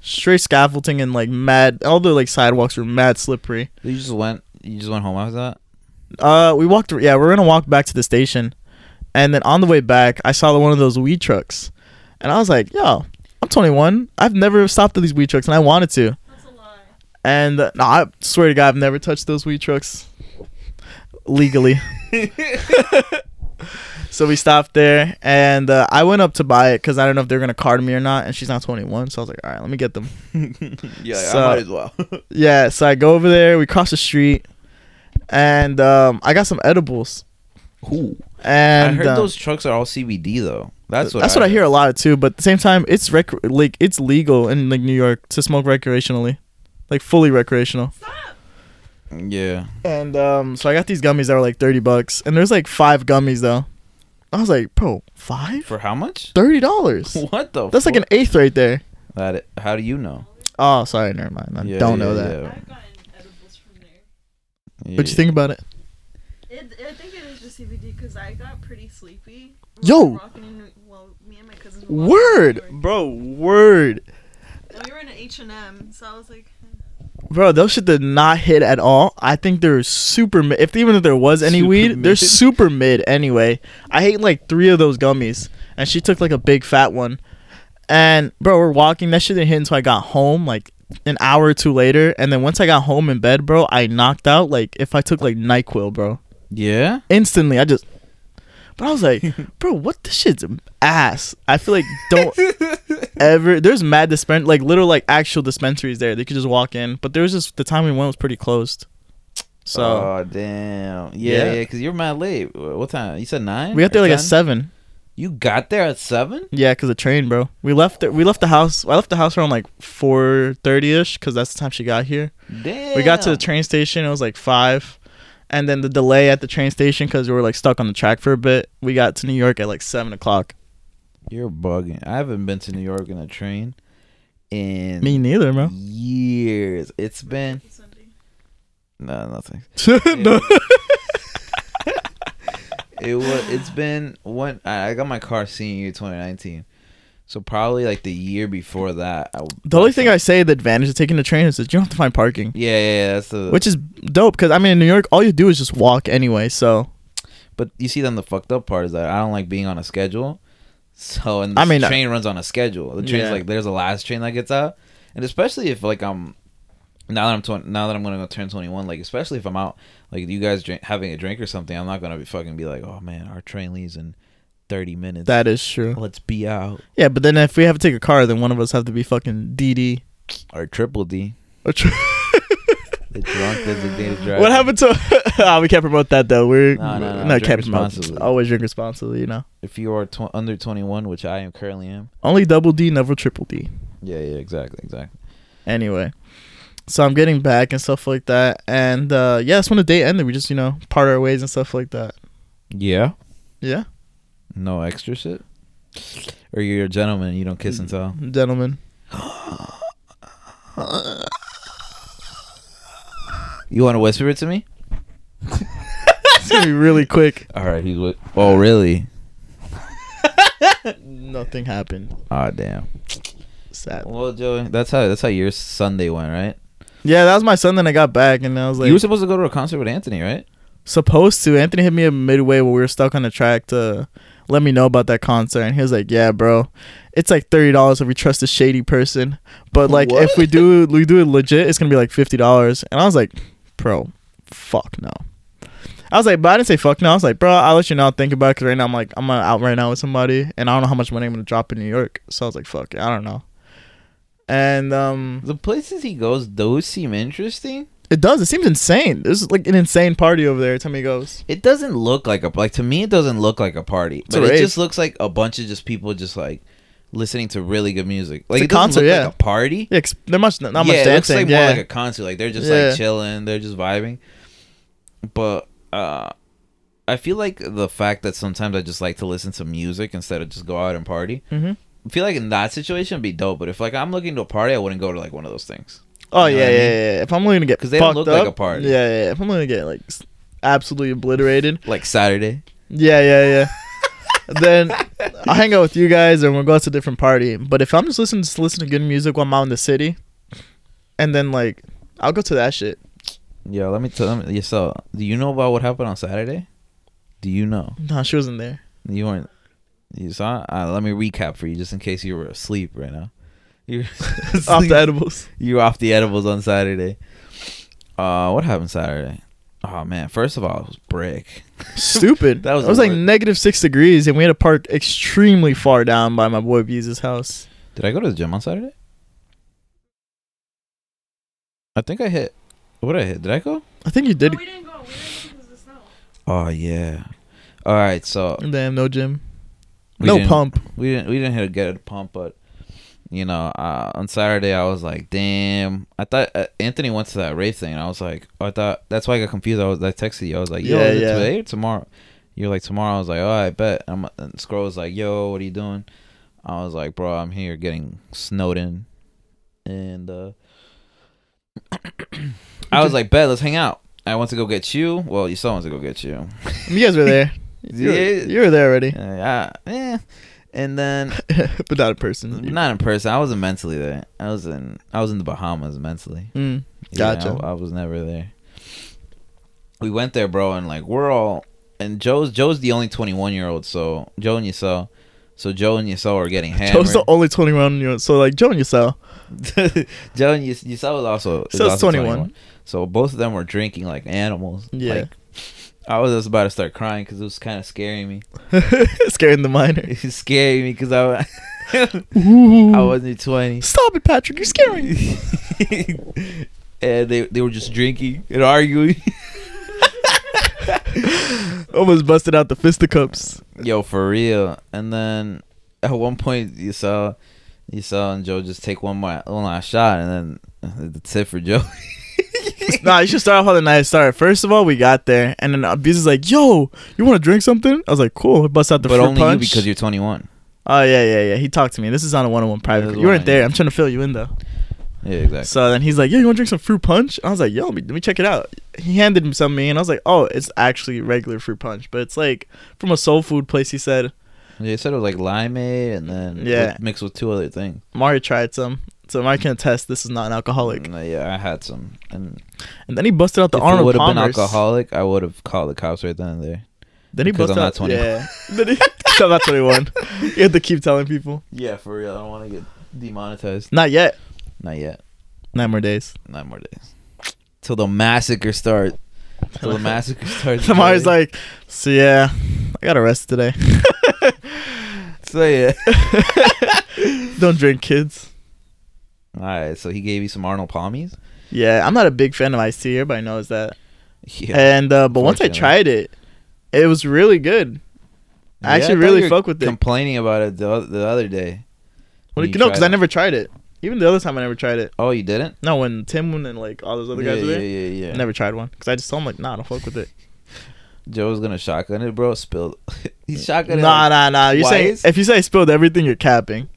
straight scaffolding and like mad. All the like sidewalks were mad slippery.
You just went. You just went home after that.
Uh, we walked. Yeah, we are gonna walk back to the station, and then on the way back, I saw one of those weed trucks, and I was like, "Yo, I'm 21. I've never stopped at these weed trucks, and I wanted to."
That's a lie.
And uh, no, I swear to God, I've never touched those weed trucks legally. so we stopped there, and uh, I went up to buy it because I don't know if they're gonna card me or not. And she's not 21, so I was like, all right, let me get them.
yeah,
So-
well.
Yeah, so I go over there. We cross the street, and um, I got some edibles.
Ooh.
And
I heard
um,
those trucks are all CBD though. That's what.
that's what I hear
heard.
a lot too. But at the same time, it's rec- like it's legal in like New York to smoke recreationally, like fully recreational.
Yeah.
And um, so I got these gummies that were like 30 bucks. And there's like five gummies though. I was like, bro, five?
For how much?
$30.
What the?
That's like an
fuck?
eighth right there.
That. How do you know?
Oh, sorry, never mind. I
Yeah,
don't know
yeah,
that.
yeah.
I've gotten edibles from there.
What you think about it?
It, I think it is just CBD because I got pretty sleepy.
We Yo! were
well, me and my cousins.
Word, bro, word.
we were in an H and M, so I was like,
Bro, those shit did not hit at all. I think they're super mid. If even if there was any
Super
weed, they're
mid.
super mid anyway. I ate like three of those gummies, and she took like a big fat one. And bro, we're walking. That shit didn't hit until I got home, like an hour or two later. And then once I got home in bed, bro, I knocked out. Like if I took like Nyquil, bro,
Yeah.
instantly I just. But I was like, bro, what this shit's ass. I feel like don't ever there's mad dispen like little like actual dispensaries there. They could just walk in, but there was just the time we went was pretty closed. So
oh damn. Yeah,
Yeah.
yeah. Because you're mad late. Wh- What time? You said nine.
we got there
or
like at
10?
seven.
You got there at seven?
Yeah, cause the train, bro. We left. The, we left the house. I left the house around like four thirty ish, cause that's the time she got here.
Damn.
We got to the train station. It was like five, and then the delay at the train station because we were like stuck on the track for a bit. We got to New York at like seven o'clock.
You're bugging. I haven't been to New York in a train in
Me neither, bro.
years. It's been no nothing.
No.
It was. It's been one. I I got my car senior year 2019, so probably like the year before that. I,
The only thing I say the advantage of taking the train is that you don't have to find parking,
Yeah, yeah, yeah that's the.
which is dope. Cause I mean, in New York, all you do is just walk anyway. So
But you see, then the fucked up part is that I don't like being on a schedule. So and the
I mean,
train runs on a schedule. The train's
Yeah.
like there's a last train that gets out, and especially if like I'm now that I'm 20, now that I'm gonna go turn 21, like especially if I'm out like you guys drink, having a drink or something, I'm not gonna be fucking be like, oh man, our train leaves in 30 minutes.
that is true.
let's be out
Yeah, but then if we have to take a car, then one of us have to be fucking DD.
or triple D.
Or tr-
The drunk designated driver.
what happened to? Ah, we can't promote that though. We're
No, no, no,
no,
drink
can't promote.
responsibly.
Always drink responsibly. You know,
If you are tw- under 21, which I am currently am.
only double D, never triple D.
Yeah, yeah, exactly, exactly.
anyway so i'm getting back and stuff like that and uh yeah that's when the day ended we just you know part our ways and stuff like that
Yeah.
yeah
No extra shit? Or you're a gentleman, you don't kiss and tell.
gentlemen
You want to whisper it to me?
it's gonna be really quick
All right, he's with. Oh, really?
nothing happened
Aw, Ah, damn.
sad
Well, Joey, that's how that's how your Sunday went, right?
yeah that was my son then i got back and i was like
you were supposed to go to a concert with Anthony, right?
supposed to anthony hit me up midway while we were stuck on the track to let me know about that concert and he was like yeah bro it's like $30 if we trust a shady person but like if we do we do it legit it's gonna be like $50 and i was like bro fuck no i was like but i didn't say fuck no i was like bro i'll let you know I'll think about it because right now i'm like i'm uh, out right now with somebody and i don't know how much money i'm gonna drop in new york so i was like fuck it, i don't know and um
The places he goes, those seem interesting.
it does it seems insane there's like an insane party over there every time he goes
It doesn't look like a like to me. It doesn't look like a party,
a
but it
rave.
just looks like a bunch of just people just like listening to really good music. Like
a
it doesn't
concert,
look
yeah.
like a party.
yeah 'cause there much not
yeah,
much
it looks
dancing
like
yeah
more like a concert. Like they're just
Yeah.
like chilling, they're just vibing. But uh I feel like the fact that sometimes I just like to listen to music instead of just go out and party.
Mhm.
I feel like in that situation it'd be dope, but if like I'm looking to a party, I wouldn't go to like one of those things.
Oh
You know
yeah,
what I
yeah,
mean?
yeah, yeah. If I'm only gonna get because
'Cause they don't
fucked
look like
up,
a party.
Yeah, yeah, yeah. If I'm gonna get like s- absolutely obliterated,
Like Saturday.
yeah, yeah, yeah. then I'll hang out with you guys, and we'll go out to a different party. But if I'm just listening, just listen to good music while I'm out in the city, and then like I'll go to that shit.
Yo, let me tell them yourself. Do you know about what happened on Saturday? Do you know?
No, she wasn't there.
You weren't. You saw. Uh, let me recap for you, just in case you were asleep right now. You were
Off
asleep.
the edibles.
you were off the edibles on Saturday. Uh, what happened Saturday? Oh man, first of all, it was brick.
Stupid.
That
that
was
was. It was
the
like
worst.
negative six degrees, and we had to park extremely far down by my boy Bees' house.
Did I go to the gym on Saturday? I think I hit. What did I hit? Did I go?
I think you did.
we didn't go. We didn't because of the snow.
Oh yeah. All right, so
Damn, no gym,
we
no
didn't-
pump.
We didn't. We didn't hit a get a pump, but you know, uh, on Saturday I was like, damn. I thought uh, Anthony went to that rave thing, and I was like, oh, I thought that's why I got confused. I was I texted you. I was like, yo,
Yeah,
is it
yeah.
today or tomorrow? You're like tomorrow. I was like, oh, I bet. I'm, and Scroll was like, yo, what are you doing? I was like, bro, I'm here getting snowed in, and uh, I was like, bet, let's hang out. I went to go get you. Well, you still went to go get you.
You guys were there. You were,
Yeah.
you were there already,
Uh, yeah, eh. And then
but not in person.
Not in person. I wasn't mentally there. I was in I was in the Bahamas mentally.
Mm.
Yeah,
Gotcha.
I, I was never there. We went there, bro, and like we're all and Joe's Joe's the only twenty one year old, so Joe and Yasel. So Joe and Yasel are getting hammered.
Joe's the only 21 year old. So, like, Joe and yourself.
Joe and Yas- Yasel was also, is
So it's
also
21.
So both of them were drinking like animals.
Yeah.
Like, I was just about to start crying because it was kind of scaring me.
Scaring the minor.
It was scaring me because I,
Ooh.
I wasn't 20.
Stop it, Patrick. You're scaring me.
and they they were just drinking and arguing.
Almost busted out the fisticuffs.
Yo, for real. And then at one point you saw you saw and Joe just take one more one last shot and then that's it for Joe.
nah, you should start off on the night start. First of all, we got there, and then Abiz is like, "Yo, you want to drink something?" I was like, "Cool." I bust out the
but
fruit
only
punch.
you because you're 21.
oh yeah, yeah, yeah. He talked to me. This is on a one-on-one private.
this is
you weren't
one-on-one,
there.
yeah.
I'm trying to fill you in though.
Yeah, exactly.
So then he's like, "Yo, you want to drink some fruit punch?" I was like, "Yo, let me, let me check it out." He handed him some me, and I was like, "Oh, it's actually regular fruit punch, but it's like from a soul food place." He said
Yeah, you said it was like limeade and then
Yeah.
with- mixed with two other things.
Mario tried some, so Mario can attest this is not an alcoholic.
Mm, yeah, I had some. And
And then he busted out the
if it
Arnold
would have been
Palmer's.
alcoholic, I would have called the cops right then and there.
Then he
because
busted
I'm
out.
not 21.
Yeah, then he, I'm not 21. You have to keep telling people.
Yeah, for real. I don't want to get demonetized.
Not yet.
Not yet.
Nine more days.
Nine more days. Till the massacre starts. Till the massacre starts.
Tamar's
Joey.
like, so yeah, I got arrested today.
So yeah.
Don't drink, kids.
All right. So he gave you some Arnold Palmies.
Yeah, I'm not a big fan of iced tea. Everybody knows that.
Yeah.
and uh, but once I
Fortunately.
tried it, it was really good. I actually
thought
really
you were
fuck with it.
Complaining about it the, oth- the other day.
Well,
When you
no, because
tried
I
it.
never tried it. Even the other time, I never tried it.
Oh, you didn't.
No, when Tim and like all those other
yeah,
guys were
yeah,
there,
yeah, yeah.
I never tried one because I just told him like, nah, I don't fuck with it.
Joe was gonna shotgun it, bro. Spilled. he shotgun
nah,
it.
nah, nah. You saying
twice?
if you say I spilled everything, you're capping.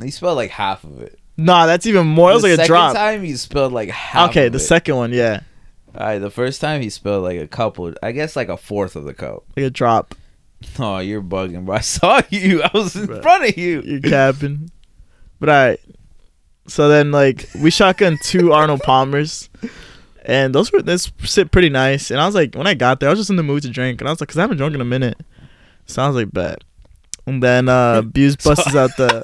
He spilled like half of it.
Nah, that's even more. That was
the
like a
second
drop.
time he spilled like half.
Okay,
of
the
it.
second one, yeah,
All right, the first time he spilled like a couple. I guess like a fourth of the cup.
like a drop.
Oh, you're bugging, bro. I saw you. I was in
Bruh.
front of you.
You're capping. But all right. So then, like, we shotgun two Arnold Palmers, and those were this sit pretty nice. And I was like, when I got there, I was just in the mood to drink, and I was like, cause I haven't drunk in a minute. So I was like, bet. And then uh, Buse
So-
busts out the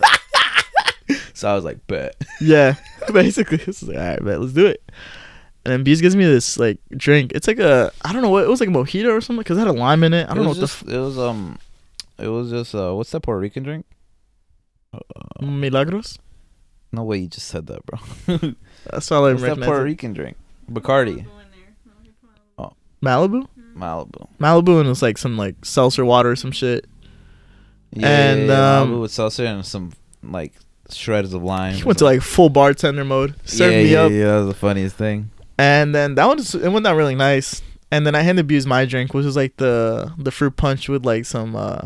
So I was like, bet.
yeah, basically. It's like, all right, bet, let's do it. And then Buse gives me this like drink. It's like a I don't know what it was like a mojito or something because it had a lime in it. I don't
it
know
was
what
just, it was um, it was just uh, what's that Puerto Rican drink?
the f- milagros.
No way, you just said that, bro.
That's all I
what's that Puerto
remember.
Rican drink? Bacardi,
Malibu,
Malibu.
Malibu, and it was like some like seltzer water or some shit.
Yeah,
And,
yeah,
um,
Malibu with seltzer and some like shreds of lime.
He went to like full bartender mode, served
yeah,
me
yeah,
up,
Yeah, that was the funniest thing.
and then that one just, it went down really nice. And then I handed Buse my drink, which was like the the fruit punch with like some uh,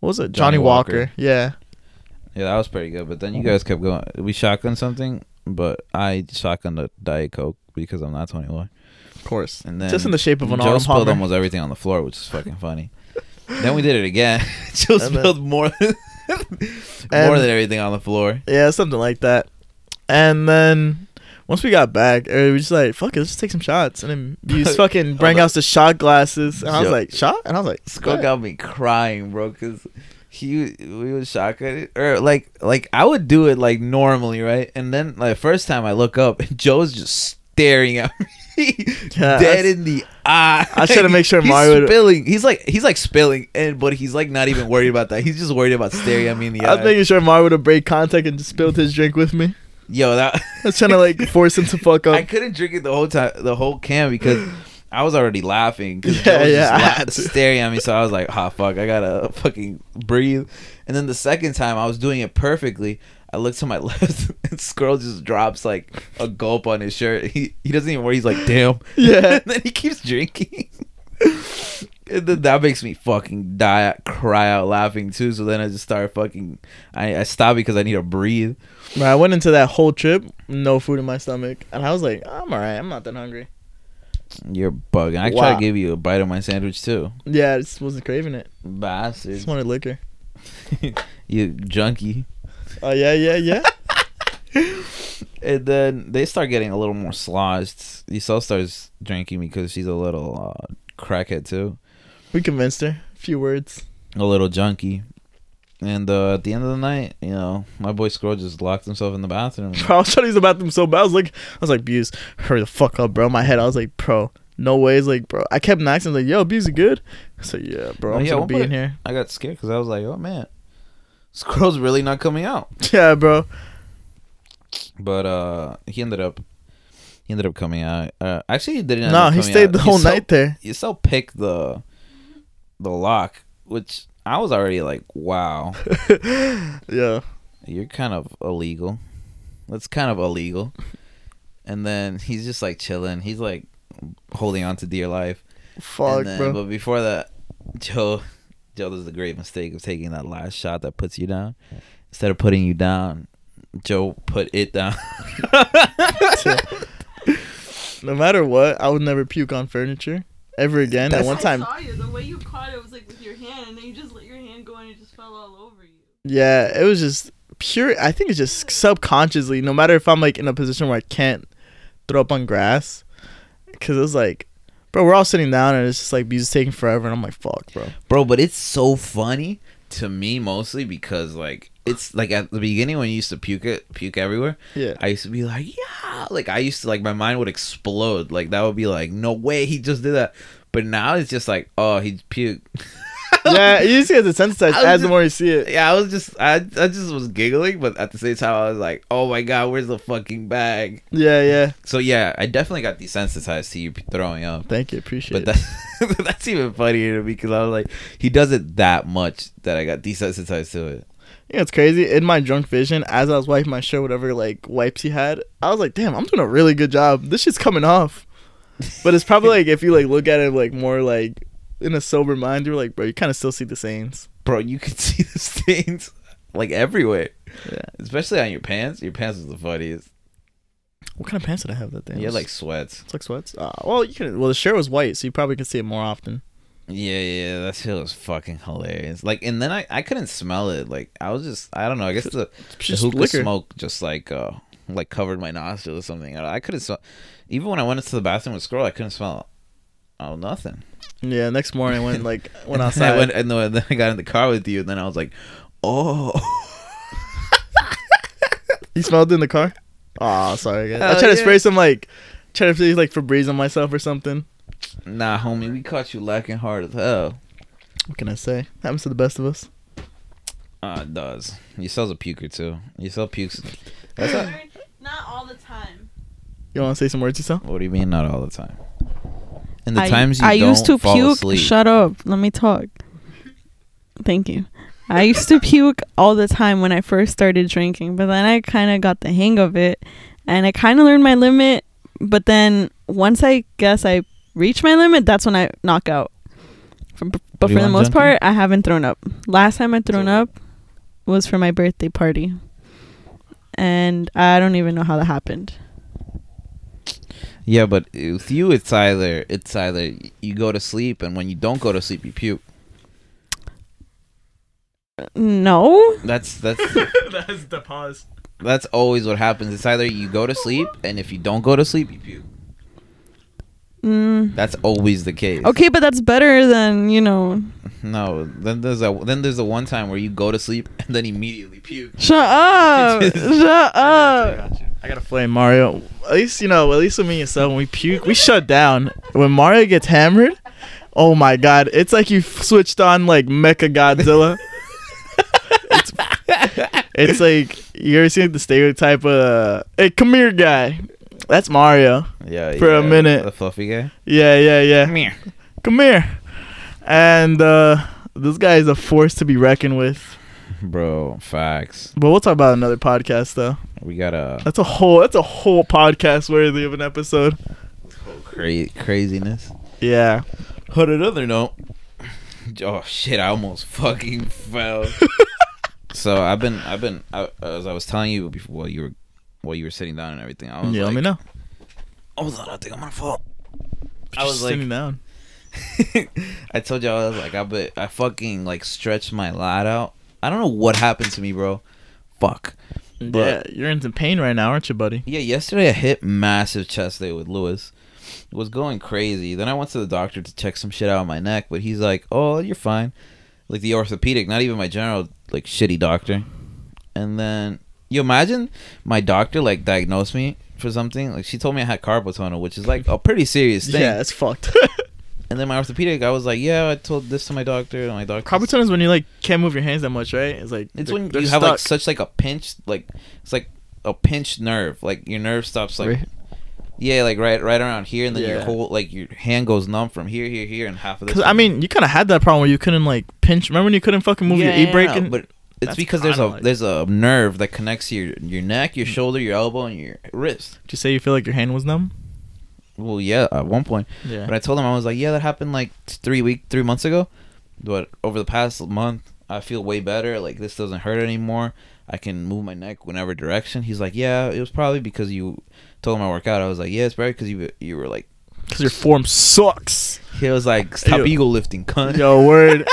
what was it, Johnny,
Johnny
Walker.
Walker.
Yeah,
Yeah, that was pretty good. But then you guys kept going. We shotgun something, but I shotgun the Diet Coke because I'm not 21.
of course,
And then
just in the shape of an
Joe
Arnold
spilled
Palmer.
almost everything on the floor, which is fucking funny. then we did it again. Joe
And then-
spilled more, more
And-
than everything on the floor.
Yeah, something like that. And then once we got back, eh, we were just like, "Fuck it, let's just take some shots." And then Buse fucking bring out the shot glasses, and I was
Yo.
like, "Shot?" And I was like,
Skull
"Bet."
got me crying, bro, because he we was shotgun or like like I would do it like normally, right? And then like first time I look up, and Joe's just staring at me,
Yeah,
dead
I-
in the eye.
I tried to make sure
he's
Mario would-
spilling. He's like he's like spilling, and but he's like not even worried about that. He's just worried about staring at me in the
I
eye.
was making sure Mario would have break contact and just spilled his drink with me.
Yo, that
I was trying to like force him to fuck up.
I couldn't drink it the whole time, the whole can because I was already laughing because
Yeah,
Joe was
yeah, I
just
had
la-
to.
staring at me. So I was like, "Ah, fuck! I gotta fucking breathe." And then the second time, I was doing it perfectly. I look to my left, and Squirrel just drops like a gulp on his shirt. He he doesn't even worry. He's like, "Damn!"
Yeah.
and then he keeps drinking. And then that makes me fucking die, cry out laughing too. So then I just start fucking. I, I stop because I need to breathe.
Man, I went into that whole trip, no food in my stomach, and I was like, I'm alright, I'm not that hungry.
You're bugging. I try
Wow.
to give you a bite of my sandwich too.
Yeah, I just wasn't craving it.
Bastard.
Just wanted liquor.
you junkie.
Oh yeah, yeah, yeah.
And then they start getting a little more sloshed. Isol starts drinking because she's a little uh, crackhead too,
we convinced her. A few words.
a little junkie. And uh, at the end of the night, you know, my boy Scroll just locked himself in the bathroom.
Bro, I was trying to use the bathroom so bad. I was like, I was like, Buse, hurry the fuck up, bro. In my head, I was like, bro, no ways, like, bro. I kept knocking, like, yo, Buse, you good? I said, yeah, bro,
Oh,
I'm
yeah,
gonna
one
be in
point-
here.
I got scared because I was like, oh man, Scroll's really not coming out.
Yeah, bro.
But uh, he ended up He ended up coming out. Uh, actually, he didn't. end
No,
up
he
coming
stayed
out.
the whole
still-
night there.
You still pick the the lock, which I was already like, wow,
Yeah.
you're kind of illegal. That's kind of illegal. And then he's just like chilling. He's like holding on to dear life.
Fuck,
And then-
bro.
But before that, Joe Joe does the great mistake of taking that last shot that puts you down. Instead of putting you down, Joe put it down.
No matter what, I would never puke on furniture ever again. At one time,
saw you. The way you caught it was like with your hand, and then you just let your hand go, and it just fell all over you.
yeah, it was just pure. I think it's
Hmm.
just subconsciously. No matter if I'm like in a position where I can't throw up on grass, because it was like, bro, we're all sitting down and it's just like music's taking forever, and I'm like, fuck, bro.
Bro, but it's so funny to me mostly because like it's like at the beginning when you used to puke it puke everywhere,
Yeah.
I used to be like, yeah, like I used to like my mind would explode. Like that would be like, no way he just did that. But now it's just like, oh, he puked.
yeah, you just get desensitized
I was
as the
just-
more you see it.
Yeah, I was just I I just was giggling, but at the same time I was like, oh my god, where's the fucking bag?
Yeah, yeah.
So yeah, I definitely got desensitized to you p- throwing up.
Thank you, appreciate
But
it.
that's that's even funnier to me because I was like, he does it that much that I got desensitized to it.
You know, it's crazy. In my drunk vision, as I was wiping my shirt, whatever like wipes he had, I was like, "Damn, I'm doing a really good job. This shit's coming off." But it's probably like if you like look at it like more like in a sober mind, you're like, "Bro, you kind of still see the stains."
Bro, you could see the stains like everywhere,
Yeah.
especially on your pants. Your pants was the funniest.
What kind of pants did I have that day?
You
Yeah,
had like sweats.
it's like sweats. Uh, well, you can. Well, the shirt was white, so you probably could see it more often.
Yeah, yeah, that shit was fucking hilarious. Like, and then I, I couldn't smell it. Like, I was just, I don't know. I guess the,
It's
the
just
hookah
liquor.
smoke just like, uh, like covered my nostril or something. I, I couldn't smell. Even when I went into the bathroom with Scroll, I couldn't smell. Oh, nothing.
Yeah. Next morning, I went like went
And then
outside.
I went, and then I got in the car with you, and then I was like, oh.
You smelled it in the car? Oh, sorry. Guys. I
Hell
tried to
yeah.
spray some like, try to spray like Febreze on myself or something.
nah, homie, we caught you lacking hard as hell.
What can I say? Happens to the best of us.
Ah, it does. Your cell's a puker, too. Your cell pukes. That's not,
Not all the time.
You want to say some words yourself?
what do you mean, not all the time? In the times you don't fall asleep.
Shut up. Let me talk. Thank you. I used to puke all the time when I first started drinking, but then I kind of got the hang of it and I kind of learned my limit. But then once I guess I reach my limit, that's when I knock out. For- b- But
Were you
for the
on
most
Dunkin'?
part, I haven't thrown up. Last time I thrown
So-
up was for my birthday party. And I don't even know how that happened.
Yeah, but with you, it's either it's either you go to sleep, and when you don't go to sleep, you puke.
No.
That's that's
That's the pause.
that's always what happens. It's either you go to sleep, and if you don't go to sleep, you puke.
Mm.
That's always the case.
Okay, but that's better than you know.
No, then there's a then there's a one time where you go to sleep and then immediately puke.
Shut up! Shut up!
I gotta flame Mario. At least you know. At least with me and Sel, when we puke, we shut down. When Mario gets hammered, oh my god, it's like you f- switched on like Mecha Godzilla. it's, it's like you ever seen the stereotype of "Hey, come here, guy." That's Mario.
Yeah,
For a
yeah,
minute.
the fluffy guy.
Yeah, yeah, yeah. Come here. Come here. And uh, this guy is a force to be reckoned with.
Bro, facts.
But we'll talk about another podcast though.
We got a
That's a whole. That's a whole podcast worthy of an episode.
cra- craziness.
Yeah.
On another note, oh shit, I almost fucking fell. so I've been, I've been, I, as I was telling you before, while you were, while you were sitting down and everything, I was
Yeah,
like,
let
"Oh,
me know.
hold on, I think I'm gonna fall. I
Just
was like,
sitting down.
I told you I was like, I bet I fucking like stretched my lat out. I don't know what happened to me, bro. Fuck.
yeah,
But-
you're in some pain right now, aren't you, buddy?
Yeah, yesterday I hit massive chest day with Lewis. It was going crazy. Then I went to the doctor to check some shit out of my neck, but he's like, "Oh, you're fine." Like the orthopedic, not even my general like shitty doctor. And then you imagine my doctor like diagnosed me for something. Like she told me I had carpal tunnel, which is like a pretty serious thing.
Yeah, it's fucked.
And then my orthopedic, I was like, "Yeah, I told this to my doctor." And my doctor
Carpal tunnel is when you like can't move your hands that much, right? It's like
It's
they're-
when
they're
you have like
stuck.
such like a pinch, like it's like a pinched nerve, like your nerve stops like
Right.
Yeah, like right, right around here, and then your
Yeah.
whole like your hand goes numb from here, here, here, and half of this.
Because I mean, you kind of had that problem where you couldn't like pinch. Remember when you couldn't fucking move
Yeah,
your e brake?
yeah,
and
but it's
That's
because there's a
kinda like-
there's a nerve that connects your your neck, your shoulder, your elbow, and your wrist.
Did you say you feel like your hand was numb?
Well, yeah, at one point.
Yeah.
But I told him I was like, yeah, that happened like t- three week, three months ago. But over the past month, I feel way better. Like this doesn't hurt anymore. I can move my neck whenever direction. He's like, yeah, it was probably because you told him I work out. I was like, yeah, it's probably because you you were like,
Because your form sucks.
he was like, stop
Yo.
eagle lifting, cunt.
Yo, word.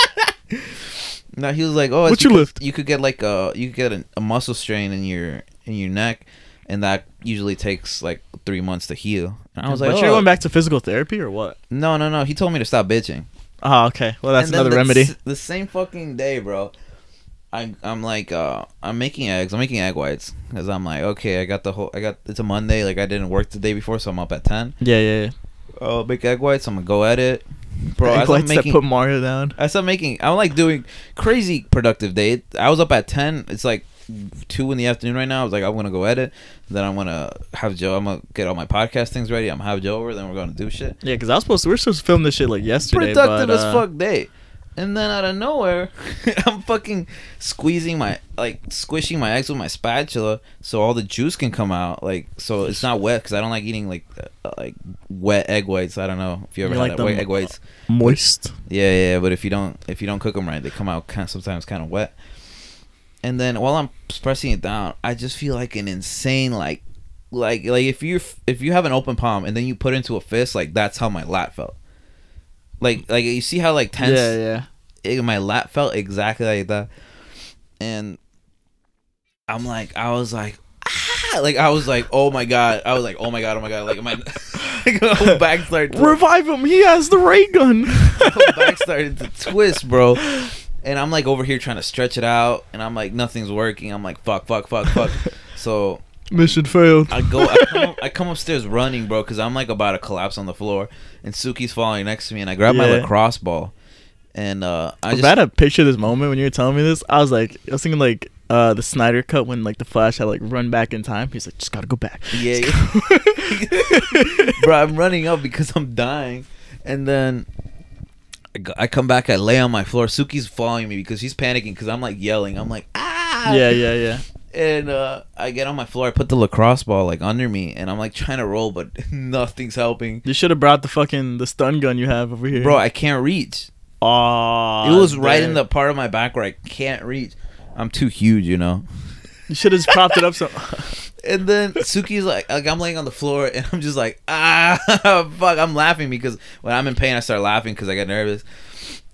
No, he was like, oh, it's
What you
because
lift?
You could get like a you could get a, a muscle strain in your in your neck, and that usually takes like three months to heal. And I was like,
but
oh,
you're going back to physical therapy or what?
no, no, no. He told me to stop bitching.
Oh, okay. Well, that's
And then
another
the
remedy.
s- The same fucking day, bro. I, I'm like, uh, I'm making eggs. I'm making egg whites because I'm like, okay, I got the whole, I got. It's a Monday. Like I didn't work the day before, so I'm up at ten.
Yeah, yeah, yeah.
Oh, make egg whites. I'm gonna go at it, bro.
Egg
as I'm
whites
making,
that put Mario down.
I stopped making. I'm like doing crazy productive day. I was up at ten. It's like two in the afternoon right now. I was like, I'm gonna go edit. Then I'm gonna have Joe. I'm gonna get all my podcast things ready. I'm gonna have Joe over. Then we're gonna do shit.
Yeah, because I was supposed to. We are supposed to film this shit like yesterday.
Productive
but,
as
uh,
fuck day. And then out of nowhere, I'm fucking squeezing my like squishing my eggs with my spatula so all the juice can come out. Like so it's not wet because I don't like eating like uh, like wet egg whites. I don't know if you ever
You
had
like
that,
them-
wet egg whites.
Moist.
Yeah, yeah, but if you don't if you don't cook them right, they come out kind sometimes kind of wet. And then while I'm pressing it down, I just feel like an insane like like like if you if you have an open palm and then you put it into a fist, like that's how my lat felt. Like like you see how like tense
Yeah, yeah.
it- my lap felt exactly like that. And I'm like, I was like, ah! like I was like, oh my god, I was like, oh my god, oh my god, like my, like, my whole back started to-
Revive him. He has the ray gun.
whole back started to twist, bro. And I'm like over here trying to stretch it out, and I'm like nothing's working. I'm like fuck, fuck, fuck, fuck. So
Mission failed.
I go, I come, up- I come upstairs running, bro, because I'm like about to collapse on the floor, and Suki's falling next to me, and I grab my
Yeah.
lacrosse ball, and uh, I
I
just
had a picture of this moment when you were telling me this. I was like, I was thinking like uh, the Snyder cut when like the Flash had like run back in time. He's like, just gotta go back.
Yeah, yeah. bro, I'm running up because I'm dying, and then I go- I come back. I lay on my floor. Suki's following me because she's panicking because I'm like yelling. I'm like ah.
Yeah, yeah, yeah.
And uh, I get on my floor. I put the lacrosse ball like under me, and I'm like trying to roll, but nothing's helping.
You should have brought the fucking the stun gun you have over here,
Bro, I can't reach.
Aw,
it was right in
Ah, damn.
the part of my back where I can't reach. I'm too huge, you know.
You should have just propped it up. So
And then Suki's like, like I'm laying on the floor, and I'm just like, ah, fuck. I'm laughing because when I'm in pain, I start laughing because I get nervous.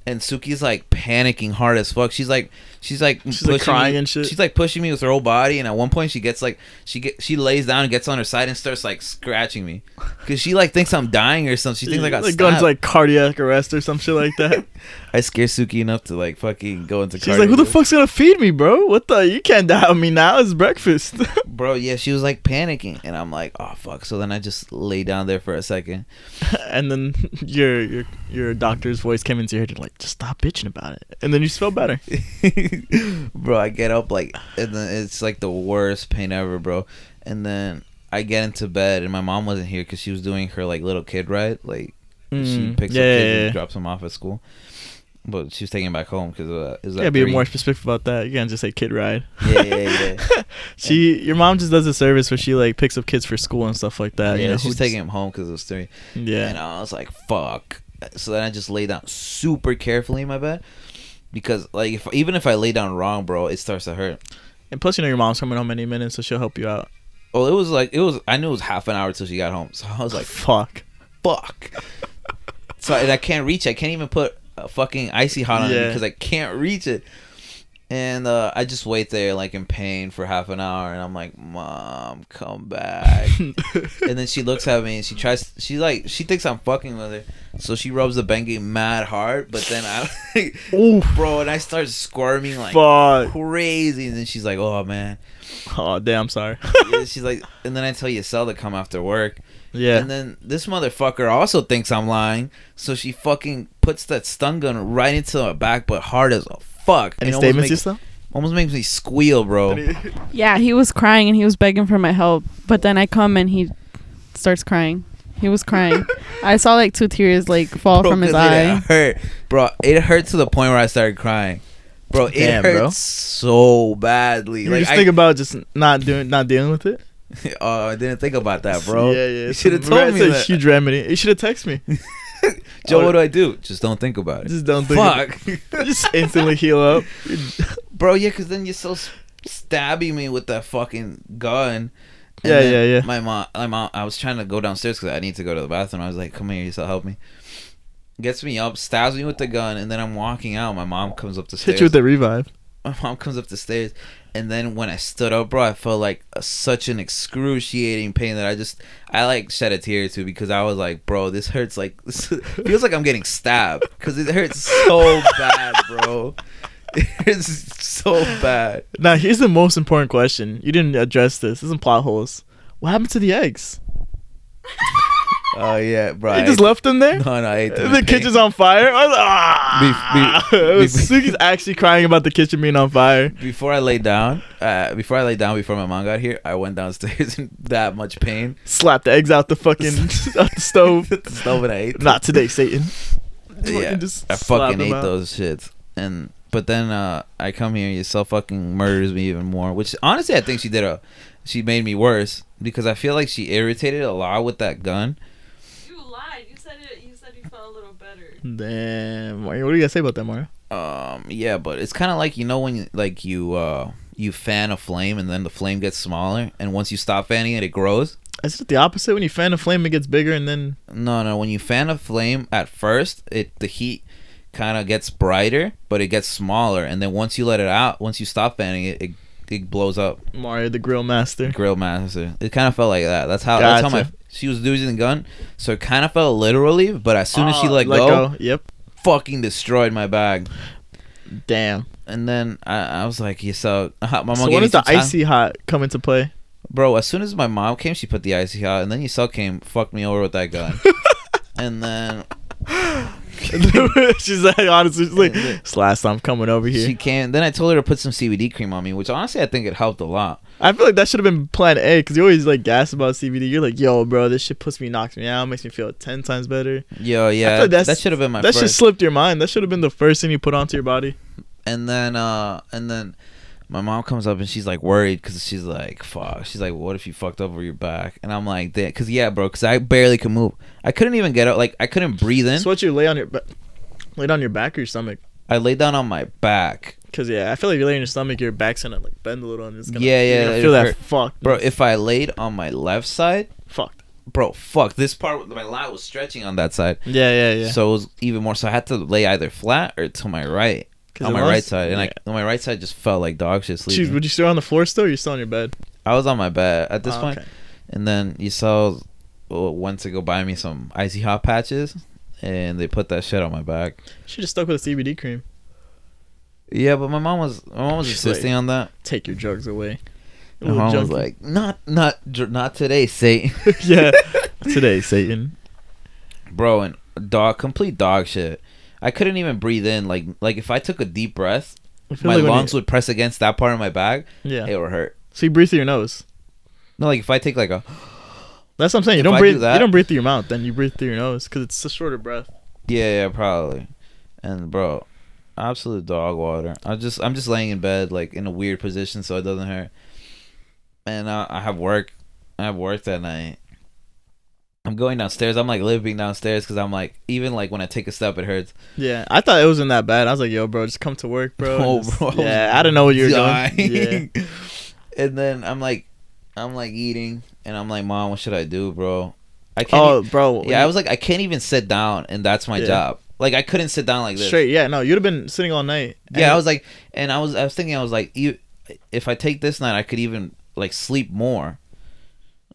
And Suki's like panicking hard as fuck. She's like, she's like,
She's, like, crying
me-
and shit.
She's like pushing me with her whole body, and at one point she gets like, she get, she lays down and gets on her side and starts like scratching me, because she like thinks I'm dying or something. She thinks I got
the
stabbed.
gun's like cardiac arrest or some shit like that.
I scare Suki enough to like fucking go into.
She's like, who the
cardiac.
fuck's gonna feed me, bro? What the? You can't die on me now. It's breakfast.
bro? Yeah, she was like panicking, and I'm like, oh fuck. So then I just lay down there for a second.
and then your your your doctor's voice came into your head, like, just stop bitching about it. And then you just felt better.
bro, I get up like and then it's like the worst pain ever, bro. And then I get into bed and my mom wasn't here because she was doing her like little kid ride, like she
Mm,
picks
yeah,
up
yeah,
kids
yeah.
and drops them off at school. But she was taking them back home because uh, is that
Yeah, be
three?
more specific about that. You can't just say kid ride.
Yeah, yeah, yeah.
She, your mom just does a service where she like picks up kids for school and stuff like that.
yeah,
you know,
she's
who
taking him home because it was three.
just- Yeah,
And I was like, fuck. So then I just lay down super carefully in my bed because like if even if I lay down wrong, bro, it starts to hurt.
and plus you know your mom's coming home any minute, so she'll help you out.
Oh, it was like it was. I knew it was half an hour till she got home, so I was like,
fuck.
fuck. so and I can't reach. I can't even put a fucking icy hot on it
Yeah.
because I can't reach it. And uh, I just wait there like in pain for half an hour, and I'm like, "Mom, come back." and then she looks at me and she tries. She like she thinks I'm fucking with her, so she rubs the Bengay mad hard. But then I,
Oof.
bro, and I start squirming like
fuck.
crazy. And then she's like, "Oh man,"
Oh damn, I'm sorry.
And she's like, and then I tell Yasel to come after work.
yeah.
And then this motherfucker also thinks I'm lying, so she fucking puts that stun gun right into my back, but hard as a fuck.
Any
It almost
statements
make-
yourself?
Almost makes Oh. me squeal, bro.
Yeah, he was crying and he was begging for my help, but then I come and he starts crying. He was crying. I saw like two tears like fall
Bro,
from his
'cause it
eye.
hurt, bro. It hurt to the point where I started crying, bro. It
Damn,
hurt
bro.
so badly.
You
like
just
I,
think about just not doing, not dealing with it,
oh, I didn't think about that, bro.
Yeah, yeah.
You should have
It's
told me
a
that.
huge remedy. You should have texted me.
Joe, what do I do? Just don't think about it.
Oh. Just don't think. about
Fuck,
it. Just instantly heal up.
bro. Yeah, because then you're so s- stabbing me with that fucking gun. And
Yeah,
then
yeah, yeah.
My mom, my mom. I was trying to go downstairs because I need to go to the bathroom. I was like, "Come here, you help me." Gets me up, stabs me with the gun, and then I'm walking out. My mom comes up the stairs.
Hit you with the revive.
my mom comes up the stairs and then when i stood up bro i felt like a, such an excruciating pain that i just i like shed a tear or two because i was like bro this hurts like this feels like i'm getting stabbed because it hurts so bad bro it hurts so bad
Now here's the most important question. You didn't address this. This isn't plot holes. What happened to the eggs?
oh yeah bro I
You just
ate-
left them there.
no no i ate them
the
in pain.
kitchen's on fire. I was, ah!
Bef- be-
It was-
bef-
Suki's actually crying about the kitchen being on fire.
before i laid down uh before i laid down before my mom got here i went downstairs in that much pain
Slap the eggs out the fucking out the stove.
the stove and i ate
Not today, Satan.
yeah,
Fucking just
I
slap
fucking
them
ate
out.
those shits. And but then uh, I come here, your cell fucking murders me even more. Which honestly, I think she did a, she made me worse because I feel like she irritated a lot with that gun.
You lied. You said it. You said you felt a little better.
Damn, Mario, what do you guys say about that, Mario?
Um, yeah, but it's kind of like you know when you, like you uh you fan a flame and then the flame gets smaller and once you stop fanning it, it grows.
Is it the opposite? When you fan a flame, it gets bigger, and then
No, no, when you fan a flame at first, it the heat kind of gets brighter, but it gets smaller, and then once you let it out, once you stop fanning it, it it blows up.
Mario, the grill master.
Grill master. It kind of felt like that. That's how. That's how my.
Gotcha.
She was losing the gun, so it kind of felt literally. But as soon as she
Ah,
let, go,
Yep.
fucking destroyed my bag.
Damn.
And then I, I was like, yeah, so uh, my mom.
So
gave
when
me
does the
some time.
icy hot come into play?
bro? As soon as my mom came, she put the icy out, and then you saw came, fucked me over with that gun. and then
she's like, honestly, she's like, it's the last time I'm coming over here.
she came. Then I told her to put some CBD cream on me, which honestly I think it helped a lot.
I feel like that should have been plan A because you always like gas about CBD. You're like, yo, bro, this shit puts me, knocks me out, makes me feel 10 times better.
Yo,
I feel
yeah,
like that's-
that should have been my
that
first.
shit slipped your mind. That should have been the first thing you put onto your body.
and then uh and then my mom comes up and she's like worried because she's like fuck she's like what if you fucked up over your back and i'm like that because yeah bro because i barely could move i couldn't even get up like i couldn't breathe in
So what you lay on your ba- laid on your back or your stomach?
i laid down on my back
Because yeah, I feel like you lay on your stomach, your back's gonna like bend a little and it's gonna
Yeah, yeah,
you're gonna
it
feel
hurt.
that fucked
bro if i laid on my left side
fucked.
bro fuck this part my lat was stretching on that side
Yeah, yeah, yeah.
so it was even more so i had to lay either flat or to my right
'Cause
on
it
my
was-
right side and
yeah.
I, on my right side just felt like dog shit
Jeez,
sleeping
would you still on the floor still? Or you're still on your bed
i was on my bed at this
Oh,
point
okay.
And then you saw uh, went to go buy me some icy hot patches, and they put that shit on my back.
Should have stuck with a CBD cream.
Yeah, but my mom was my mom was
She's
insisting on that.
Take your drugs away.
My mom was like, "Not, not, dr- not today, Satan,
yeah, today Satan.
bro." And dog, complete dog shit. I couldn't even breathe in. Like, like if I took a deep breath,
I feel
my
like when
lungs would press against that part of my back.
You, yeah.
It would hurt.
So you breathe through your nose.
No, like if I take like a
That's what I'm saying. You
If
don't
I do
breathe.
that-
you don't breathe through your mouth. Then you breathe through your nose because it's a shorter breath.
yeah, yeah, probably. And bro, absolute dog water. I just I'm just laying in bed like in a weird position so it doesn't hurt. And uh, I have work. I have work that night. I'm going downstairs. I'm like living downstairs because I'm like even like when I take a step it hurts.
Yeah, I thought it wasn't that bad. I was like, yo, bro, just come to work, bro.
Oh,
Just-
bro, I was
yeah, I don't know what you're doing. Yeah.
dying. and then I'm like, I'm like eating, and I'm like, Mom, what should I do, bro? I can't.
Oh, bro.
e- yeah, I was like, I can't even sit down, and that's my
Yeah.
job. Like I couldn't sit down like this.
straight. Yeah, no, you'd have been sitting all night.
Yeah, I was like, and I was, I was thinking, I was like, you, if I take this night, I could even like sleep more.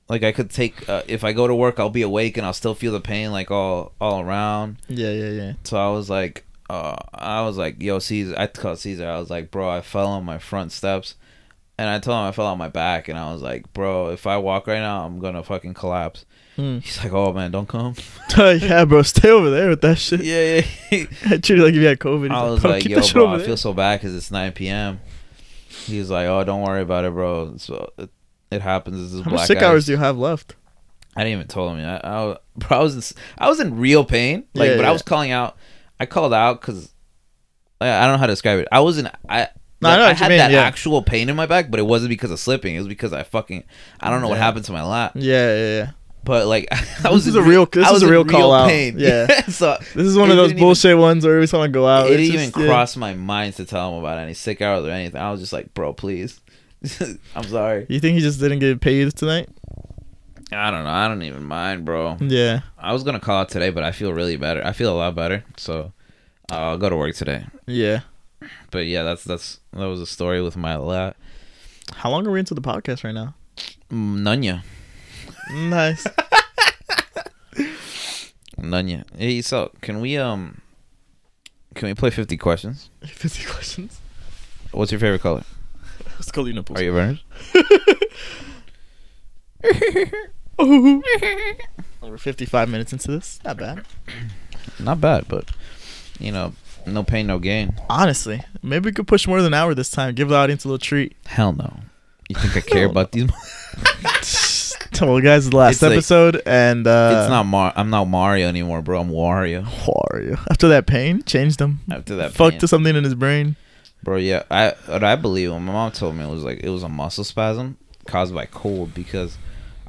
Like I could take, uh, if I go to work, I'll be awake and I'll still feel the pain like all all around.
Yeah, yeah, yeah.
So I was like, uh, I was like, yo, Caesar, I called Caesar. I was like, bro, I fell on my front steps, and I told him I fell on my back, and I was like, bro, if I walk right now, I'm gonna fucking collapse.
Hmm.
He's like, oh man, don't come.
yeah, bro, stay over there with that shit.
yeah, yeah.
I treated like if you had COVID. He's
I was
bro,
like,
keep
yo,
that shit
bro,
over
I
there."
feel so bad because it's 9 p.m. He was like, oh, don't worry about it, bro. So it, it happens. This is
How
black
much sick
ice.
hours do you have left?
I didn't even tell him. I, I, bro, I was in, s- I was in real pain. Like,
Yeah,
but
yeah.
I was calling out. I called out because I, I don't know how to describe it. I was in. I
No, I know what you
had
mean,
that
yeah.
actual pain in my back, but it wasn't because of slipping. It was because I fucking I don't know what
Yeah.
happened to my lap.
Yeah, yeah, yeah.
But like I was
is
in
a
re-
real- this
I
is
was
a
in
real call out. Yeah.
so
This is one
it
of those
didn't even-
bullshit ones where every time I go out,
it
it's
didn't even
just- yeah.
cross my mind to tell him about any sick hours or anything. I was just like, bro, please. I'm sorry.
You think he just didn't get paid tonight?
I don't know. I don't even mind, bro.
Yeah.
I was gonna call out today, but I feel really better. I feel a lot better, so I'll go to work today.
Yeah.
But yeah, that's that's that was a story with my lap.
How long are we into the podcast right now?
Mm, Nunya,
Nice.
Nunya. Hey, so can we um, can we play fifty questions?
50 questions.
What's your favorite color?
Let's call you nipples.
Are you runners?
We're 55 minutes into this. Not bad.
Not bad, but you know, no pain, no gain.
Honestly, maybe we could push more than an hour this time. Give the audience a little treat.
Hell no. You think I care about these?
well, guys, the last
It's like-
episode, and uh,
it's not Mar. I'm not Mario anymore, bro. I'm Wario.
Wario. After that pain, changed him.
After that,
Fucked
pain.
to something in his brain.
Bro, yeah, I what I believe when my mom told me it was like it was a muscle spasm caused by cold because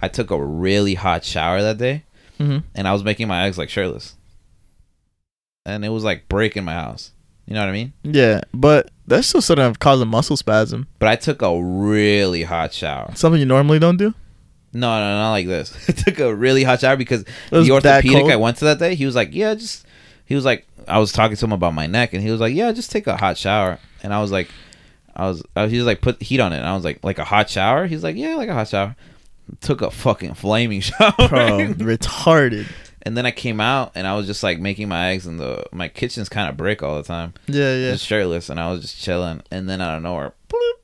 I took a really hot shower that day
Mm-hmm.
and I was making my eggs like shirtless, and it was like breaking my house. You know what I mean?
Yeah, but that still sort of caused a muscle spasm.
But I took a really hot shower.
Something you normally don't do.
No, no, not like this. I took a really hot shower because
It was
the
that
orthopedic
cold?
I went to that day, he was like, yeah, just. He was like, I was talking to him about my neck, and he was like, yeah, just take a hot shower. And I was like, I was, I was he was like, put heat on it. And I was like, like a hot shower. He's like, yeah, like a hot shower. Took a fucking flaming shower,
Bro, retarded.
and then I came out, and I was just like making my eggs, and the my kitchen's kind of brick all the time,
Yeah, yeah.
just shirtless, and I was just chilling, and then out of nowhere,
oh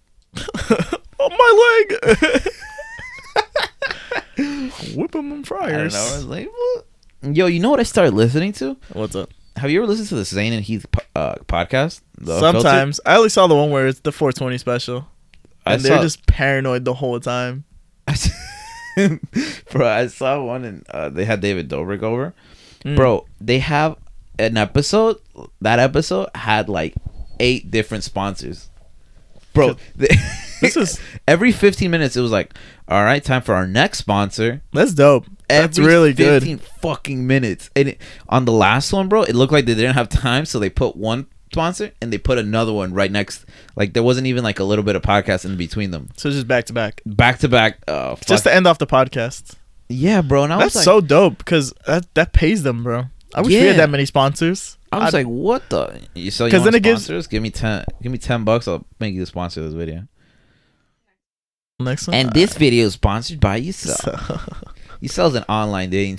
my leg. Whip him in
I don't
fryers.
know, I was like, "What?" yo, you know what I started listening to?
What's up?
Have you ever listened to the Zane and Heath po- uh, podcast? The Filter?
Sometimes I only saw the one where it's the 420 special,
I
and they're
saw-
just paranoid the whole time.
bro, I saw one and uh, they had David Dobrik over.
Hmm.
Bro, they have an episode. That episode had like eight different sponsors. Bro, they-
This is-
every 15 minutes it was like, all right, time for our next sponsor.
that's dope. That's
Every
really good.
15 fucking minutes. And it, on the last one, bro, it looked like they didn't have time, so they put one sponsor and they put another one right next. Like there wasn't even like a little bit of podcast in between them.
So just back to back,
Back to back. Uh,
just
fuck-
to end off the podcast.
yeah, bro. And I
That's
was like,
so dope because that that pays them, bro. I wish we
Yeah.
had that many sponsors.
I was
I'd-
like, what the? You sell
Because
your
then
then
it gives-
sponsors? give me ten. Give me ten bucks. I'll make you sponsor this video.
next one.
And this video is sponsored by Yusel.
So-
Yusel's an online dating.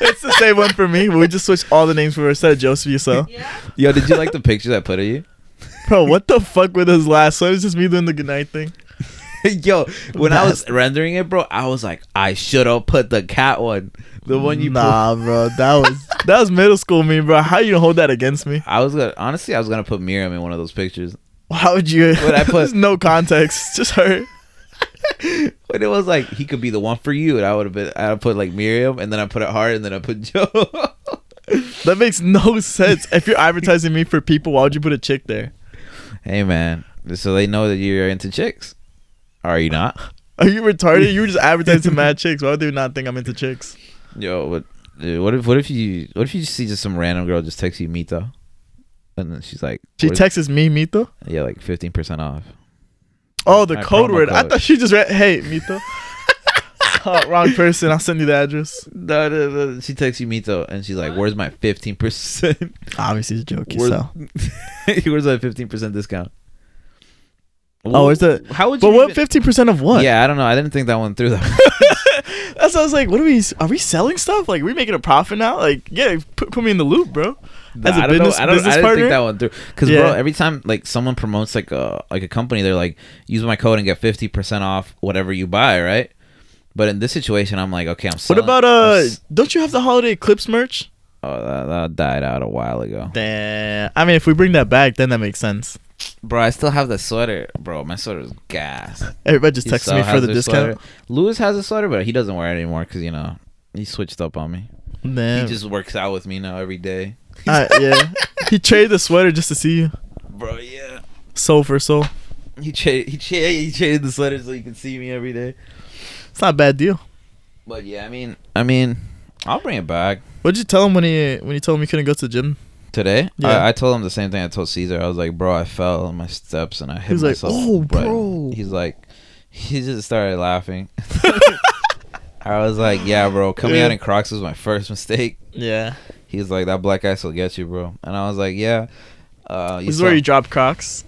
it's the same one for me. But we just switched all the names for instead of Joseph Yusel.
Yeah.
Yo, did you like the pictures I put of you?
Bro, what the fuck with his last one? It's just me doing the goodnight thing.
Yo, when I was rendering it, bro, I was like, I should have put the cat one, the one you.
Nah,
Nah.
bro, that was that was middle school me, bro. How you gonna hold that against me?
I was gonna honestly, I was gonna put Miriam in one of those pictures,
How would you?
What I put-
There's no context, just her.
but it was like he could be the one for you, and I would have been. I would put like Miriam, and then I put it hard, and then I put Joe.
That makes no sense. If you're advertising me for people, why would you put a chick there?
hey man, so they know that you're into chicks. Are you not?
Are you retarded? You were just advertising mad chicks. Why would they not think I'm into chicks?
Yo, but dude, what if what if you what if you see just some random girl just text you Mita, and then she's like
She
what if-
texts me, Mito.
yeah like fifteen percent off.
Oh, the
My
code
promo
word. I
code.
thought she just read, "Hey, Mito." oh, wrong person. I'll send you the address.
No, no, no. She texts you Mita, and she's like, "Where's my fifteen percent?
Obviously, it's a joke.
Where's
So,
where's my fifteen percent discount?"
Oh, is the-
how would you?
but what?
even-
Fifteen percent of what?
Yeah, I don't know. I didn't think that one through. Though.
That's what I was like. What are we? Are we selling stuff? Like, are we making a profit now? Like, yeah, put, put me in the loop, bro. As a
I don't
business,
know, I don't,
business
I didn't
partner.
think that one through. Because
Yeah.
bro, every time like someone promotes like a like a company, they're like, use my code and get fifty percent off whatever you buy, right? But in this situation, I'm like, okay, I'm.
what
Selling,
about
I'm
uh?
s-
Don't you have the holiday clips merch?
Oh, that, that died out a while ago.
Damn. I mean, if we bring that back, then that makes sense.
Bro, I still have the sweater. Bro, my sweater's gas.
Everybody just
He
texted
still
me for
has
the
his
discount.
sweater. Lewis has a sweater, but he doesn't wear it anymore because you know he switched up on me.
Man,
He just works out with me now every day.
I- Uh, yeah, he traded the sweater just to see you,
Bro, yeah.
soul for soul.
He traded he, tra- he traded the sweater so he could see me every day.
It's not a bad deal.
But yeah, I mean, I mean, I'll bring it back
What'd you tell him when he when you told him you couldn't go to the gym?
today.
Yeah.
I, I told him the same thing I told Caesar. I was like, bro, I fell on my steps and I hit
He's like,
myself.
"Oh,
But
bro."
He's like, he just started laughing. I was like, yeah, bro, coming
Yeah.
out in Crocs was my first mistake.
Yeah,
He's like, that black ice will get you, bro. And I was like, yeah. Uh,
this is
saw-
where you drop Crocs.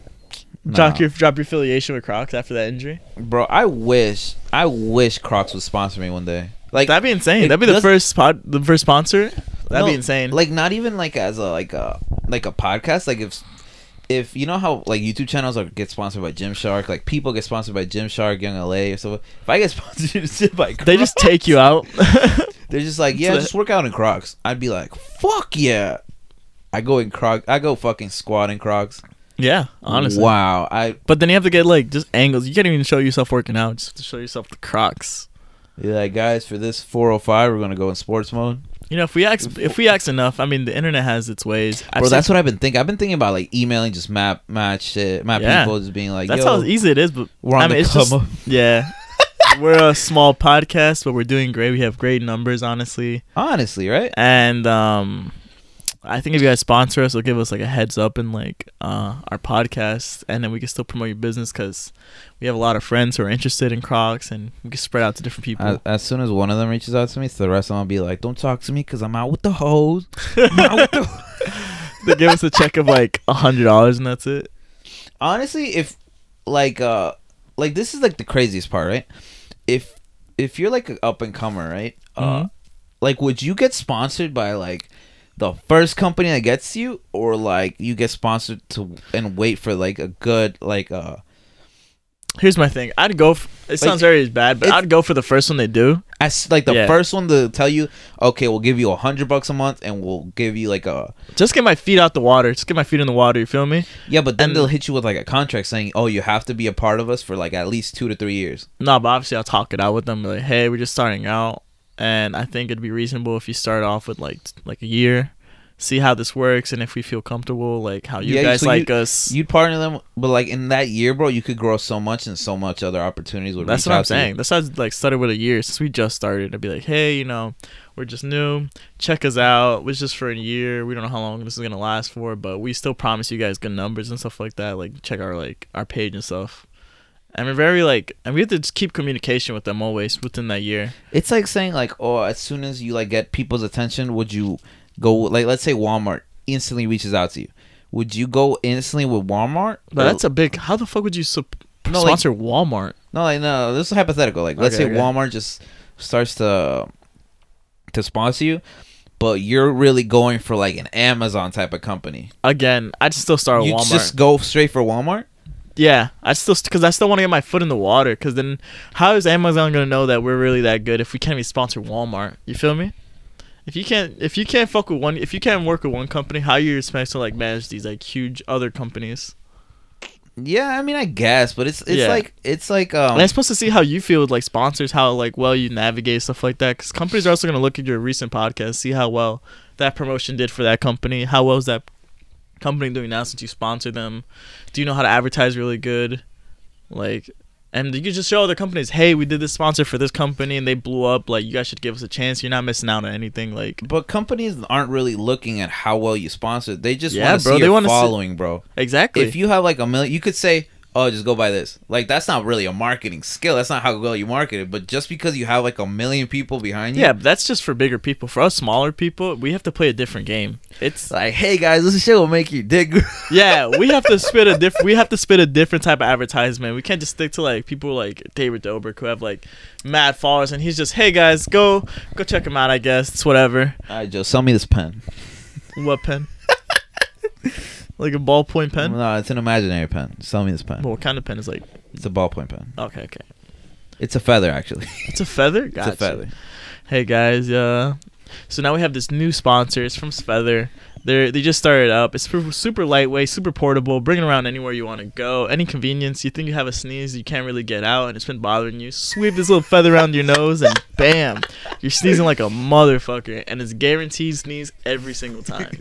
Nah.
Drop your drop your affiliation with Crocs after that injury.
bro. I wish, I wish Crocs would sponsor me one day. Like
That'd be insane.
it
That'd be the
does-
first pod, the first sponsor. That'd be
no,
insane.
Like not even like as a like a like a podcast. Like if if you know how like YouTube channels are get sponsored by Gymshark, like people get sponsored by Gymshark, Young LA, or so. If I get sponsored by, Crocs,
they just take you out.
They're just like, yeah,
the-
just work out in Crocs. I'd be like, fuck yeah. I go in Crocs. I go fucking squat in Crocs.
yeah, honestly.
Wow. I
But then you have to get like just angles. You can't even show yourself working out. Just have to show yourself the Crocs.
You're like, guys, for this 405, we're gonna go in sports mode.
You know, if we ask if we ask enough, I mean, the internet has its ways. I've
Bro,
seen-
that's what I've been thinking. I've been thinking about like emailing just map match shit, map
Yeah.
people, just being like,
that's
yo,
how easy it is. But
we're on
I mean,
the
it's
come
just-
up.
yeah, we're a small podcast, but we're doing great. We have great numbers, honestly.
Honestly, right?
And um, I think if you guys sponsor us, it'll give us like a heads up in like uh, our podcast, and then we can still promote your business because we have a lot of friends who are interested in Crocs, and we can spread out to different people.
As, as soon as one of them reaches out to me, so the rest of them will be like, don't talk to me because I'm out with the hoes. I'm out with the hoes."
they give us a check of like a hundred dollars, and that's it.
Honestly, if like uh like this is like the craziest part, right? If if you're like an up and comer, right? Uh
Mhm.
like would you get sponsored by like the first company that gets you or like you get sponsored to and wait for like a good like uh
Here's my thing. I'd go. F- it sounds very bad, but
it's-
I'd go for the first one they do.
as like the
Yeah.
first one to tell you okay we'll give you a hundred bucks a month and we'll give you like a
Just get my feet out the water. Just get my feet in the water. You feel me?
yeah but then
And-
they'll hit you with like a contract saying oh you have to be a part of us for like at least two to three years
No, but obviously I'll talk it out with them. be Like, hey, we're just starting out, and I think it'd be reasonable if you start off with like t- like a year, see how this works, and if we feel comfortable, like how you
Yeah,
guys
so you-
like us.
you'd partner them but like in that year bro you could grow so much and so much other opportunities would
that's
reach
what I'm
out to you.
saying. That's why I like started with a year since we just started. I'd be like, hey, you know, we're just new. Check us out. It was just for a year. We don't know how long this is gonna last for, but we still promise you guys good numbers and stuff like that. Like check our like our page and stuff. And we're very like, and we have to just keep communication with them always within that year.
It's like saying like, oh, as soon as you like get people's attention, would you go like let's say Walmart instantly reaches out to you? Would you go instantly with Walmart?
But
Or-
that's a big. How the fuck would you sup-
No, like-
sponsor Walmart?
no, like, no. This is hypothetical. Like, let's
Okay,
say
okay.
Walmart just starts to to sponsor you, but you're really going for like an Amazon type of company.
Again, I'd still start with
You
Walmart.
just go straight for Walmart.
yeah, I still because I still want to get my foot in the water. Because then, how is Amazon gonna know that we're really that good if we can't even sponsor Walmart? You feel me? If you can't, if you can't fuck with one, if you can't work with one company, how you supposed to like manage these like huge other companies?
Yeah, I mean, I guess, but it's it's
Yeah.
like it's like
and I'm
um.
supposed to see how you feel with like sponsors, how like well you navigate stuff like that. Because companies are also gonna look at your recent podcast, see how well that promotion did for that company. How well is that company doing now since you sponsored them? Do you know how to advertise really good? Like, and you can just show other companies, hey, we did this sponsor for this company and they blew up. Like, you guys should give us a chance. You're not missing out on anything. Like,
But companies aren't really looking at how well you sponsor. They just
Yeah,
want to
bro,
see
they
your
wanna see-
following, bro.
exactly.
if you have like a million, you could say, "Oh, just go buy this." Like that's not really a marketing skill. That's not how well you market it. But just because you have like a million people behind you,
yeah, but that's just for bigger people. For us smaller people, we have to play a different game. It's
it's like, hey guys, this shit will make you dig.
yeah, we have to spit a diff. We have to spit a different type of advertisement. We can't just stick to like people like David Dobrik who have like mad followers, and he's just, hey guys, go go check him out. I guess it's whatever.
All right, Joe, sell me this pen.
What pen? like a ballpoint pen.
No, it's an imaginary pen. Sell me this pen.
Well, what kind of pen is like?
It's a ballpoint pen.
Okay, okay.
It's a feather, actually.
It's a feather.
it's
Gotcha.
a feather.
Hey guys, yeah. So now we have this new sponsor. It's from Feather. They they just started up. It's super, super lightweight, super portable. Bring it around anywhere you want to go. Any convenience. You think you have a sneeze, you can't really get out, and it's been bothering you. Sweep this little feather around your nose, and bam, you're sneezing like a motherfucker, and it's guaranteed sneeze every single time.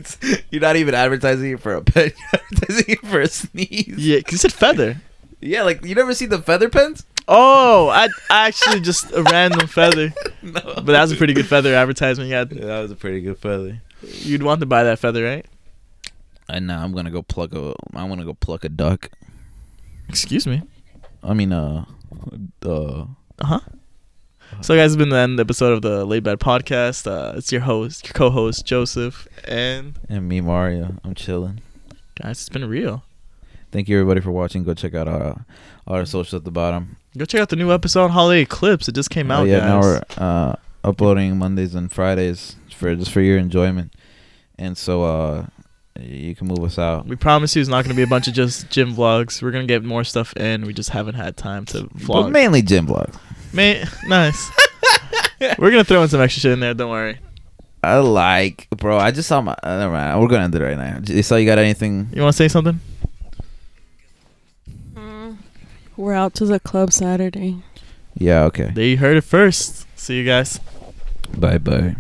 You're not even advertising it for a pen. You're advertising it for a sneeze.
Yeah, 'cause it said feather.
Yeah, like you never see the feather pens?
Oh, I, I actually just a random feather,
No.
but that was a pretty good feather advertisement. Yeah,
Yeah, that was a pretty good feather.
you'd want to buy that feather, right?
And now I'm gonna go pluck a. I want to go pluck a duck.
Excuse me.
I mean, uh, uh,
Uh huh. So, guys, it's been the end of the episode of the Late Bad Podcast. Uh, it's your host, your co-host Joseph, and
and me Mario. I'm chilling.
guys, it's been real.
Thank you everybody for watching. Go check out our our socials at the bottom.
Go check out the new episode on Holiday Clips. It just came
Oh
out,
yeah,
guys.
now we're uh, uploading Mondays and Fridays for just for your enjoyment. And so uh, you can move us out.
we promise you, it's not going to be a bunch of just gym vlogs. We're going to get more stuff in. We just haven't had time to
But
vlog.
mainly gym vlogs.
Mate, nice. we're going to throw in some extra shit in there. Don't worry.
I like, bro. I just saw my. Uh, never mind. We're gonna end it right now. J- So you got anything?
You want to say something? Oh.
We're out to the club Saturday.
Yeah. Okay.
There you heard it first. See you guys.
Bye bye.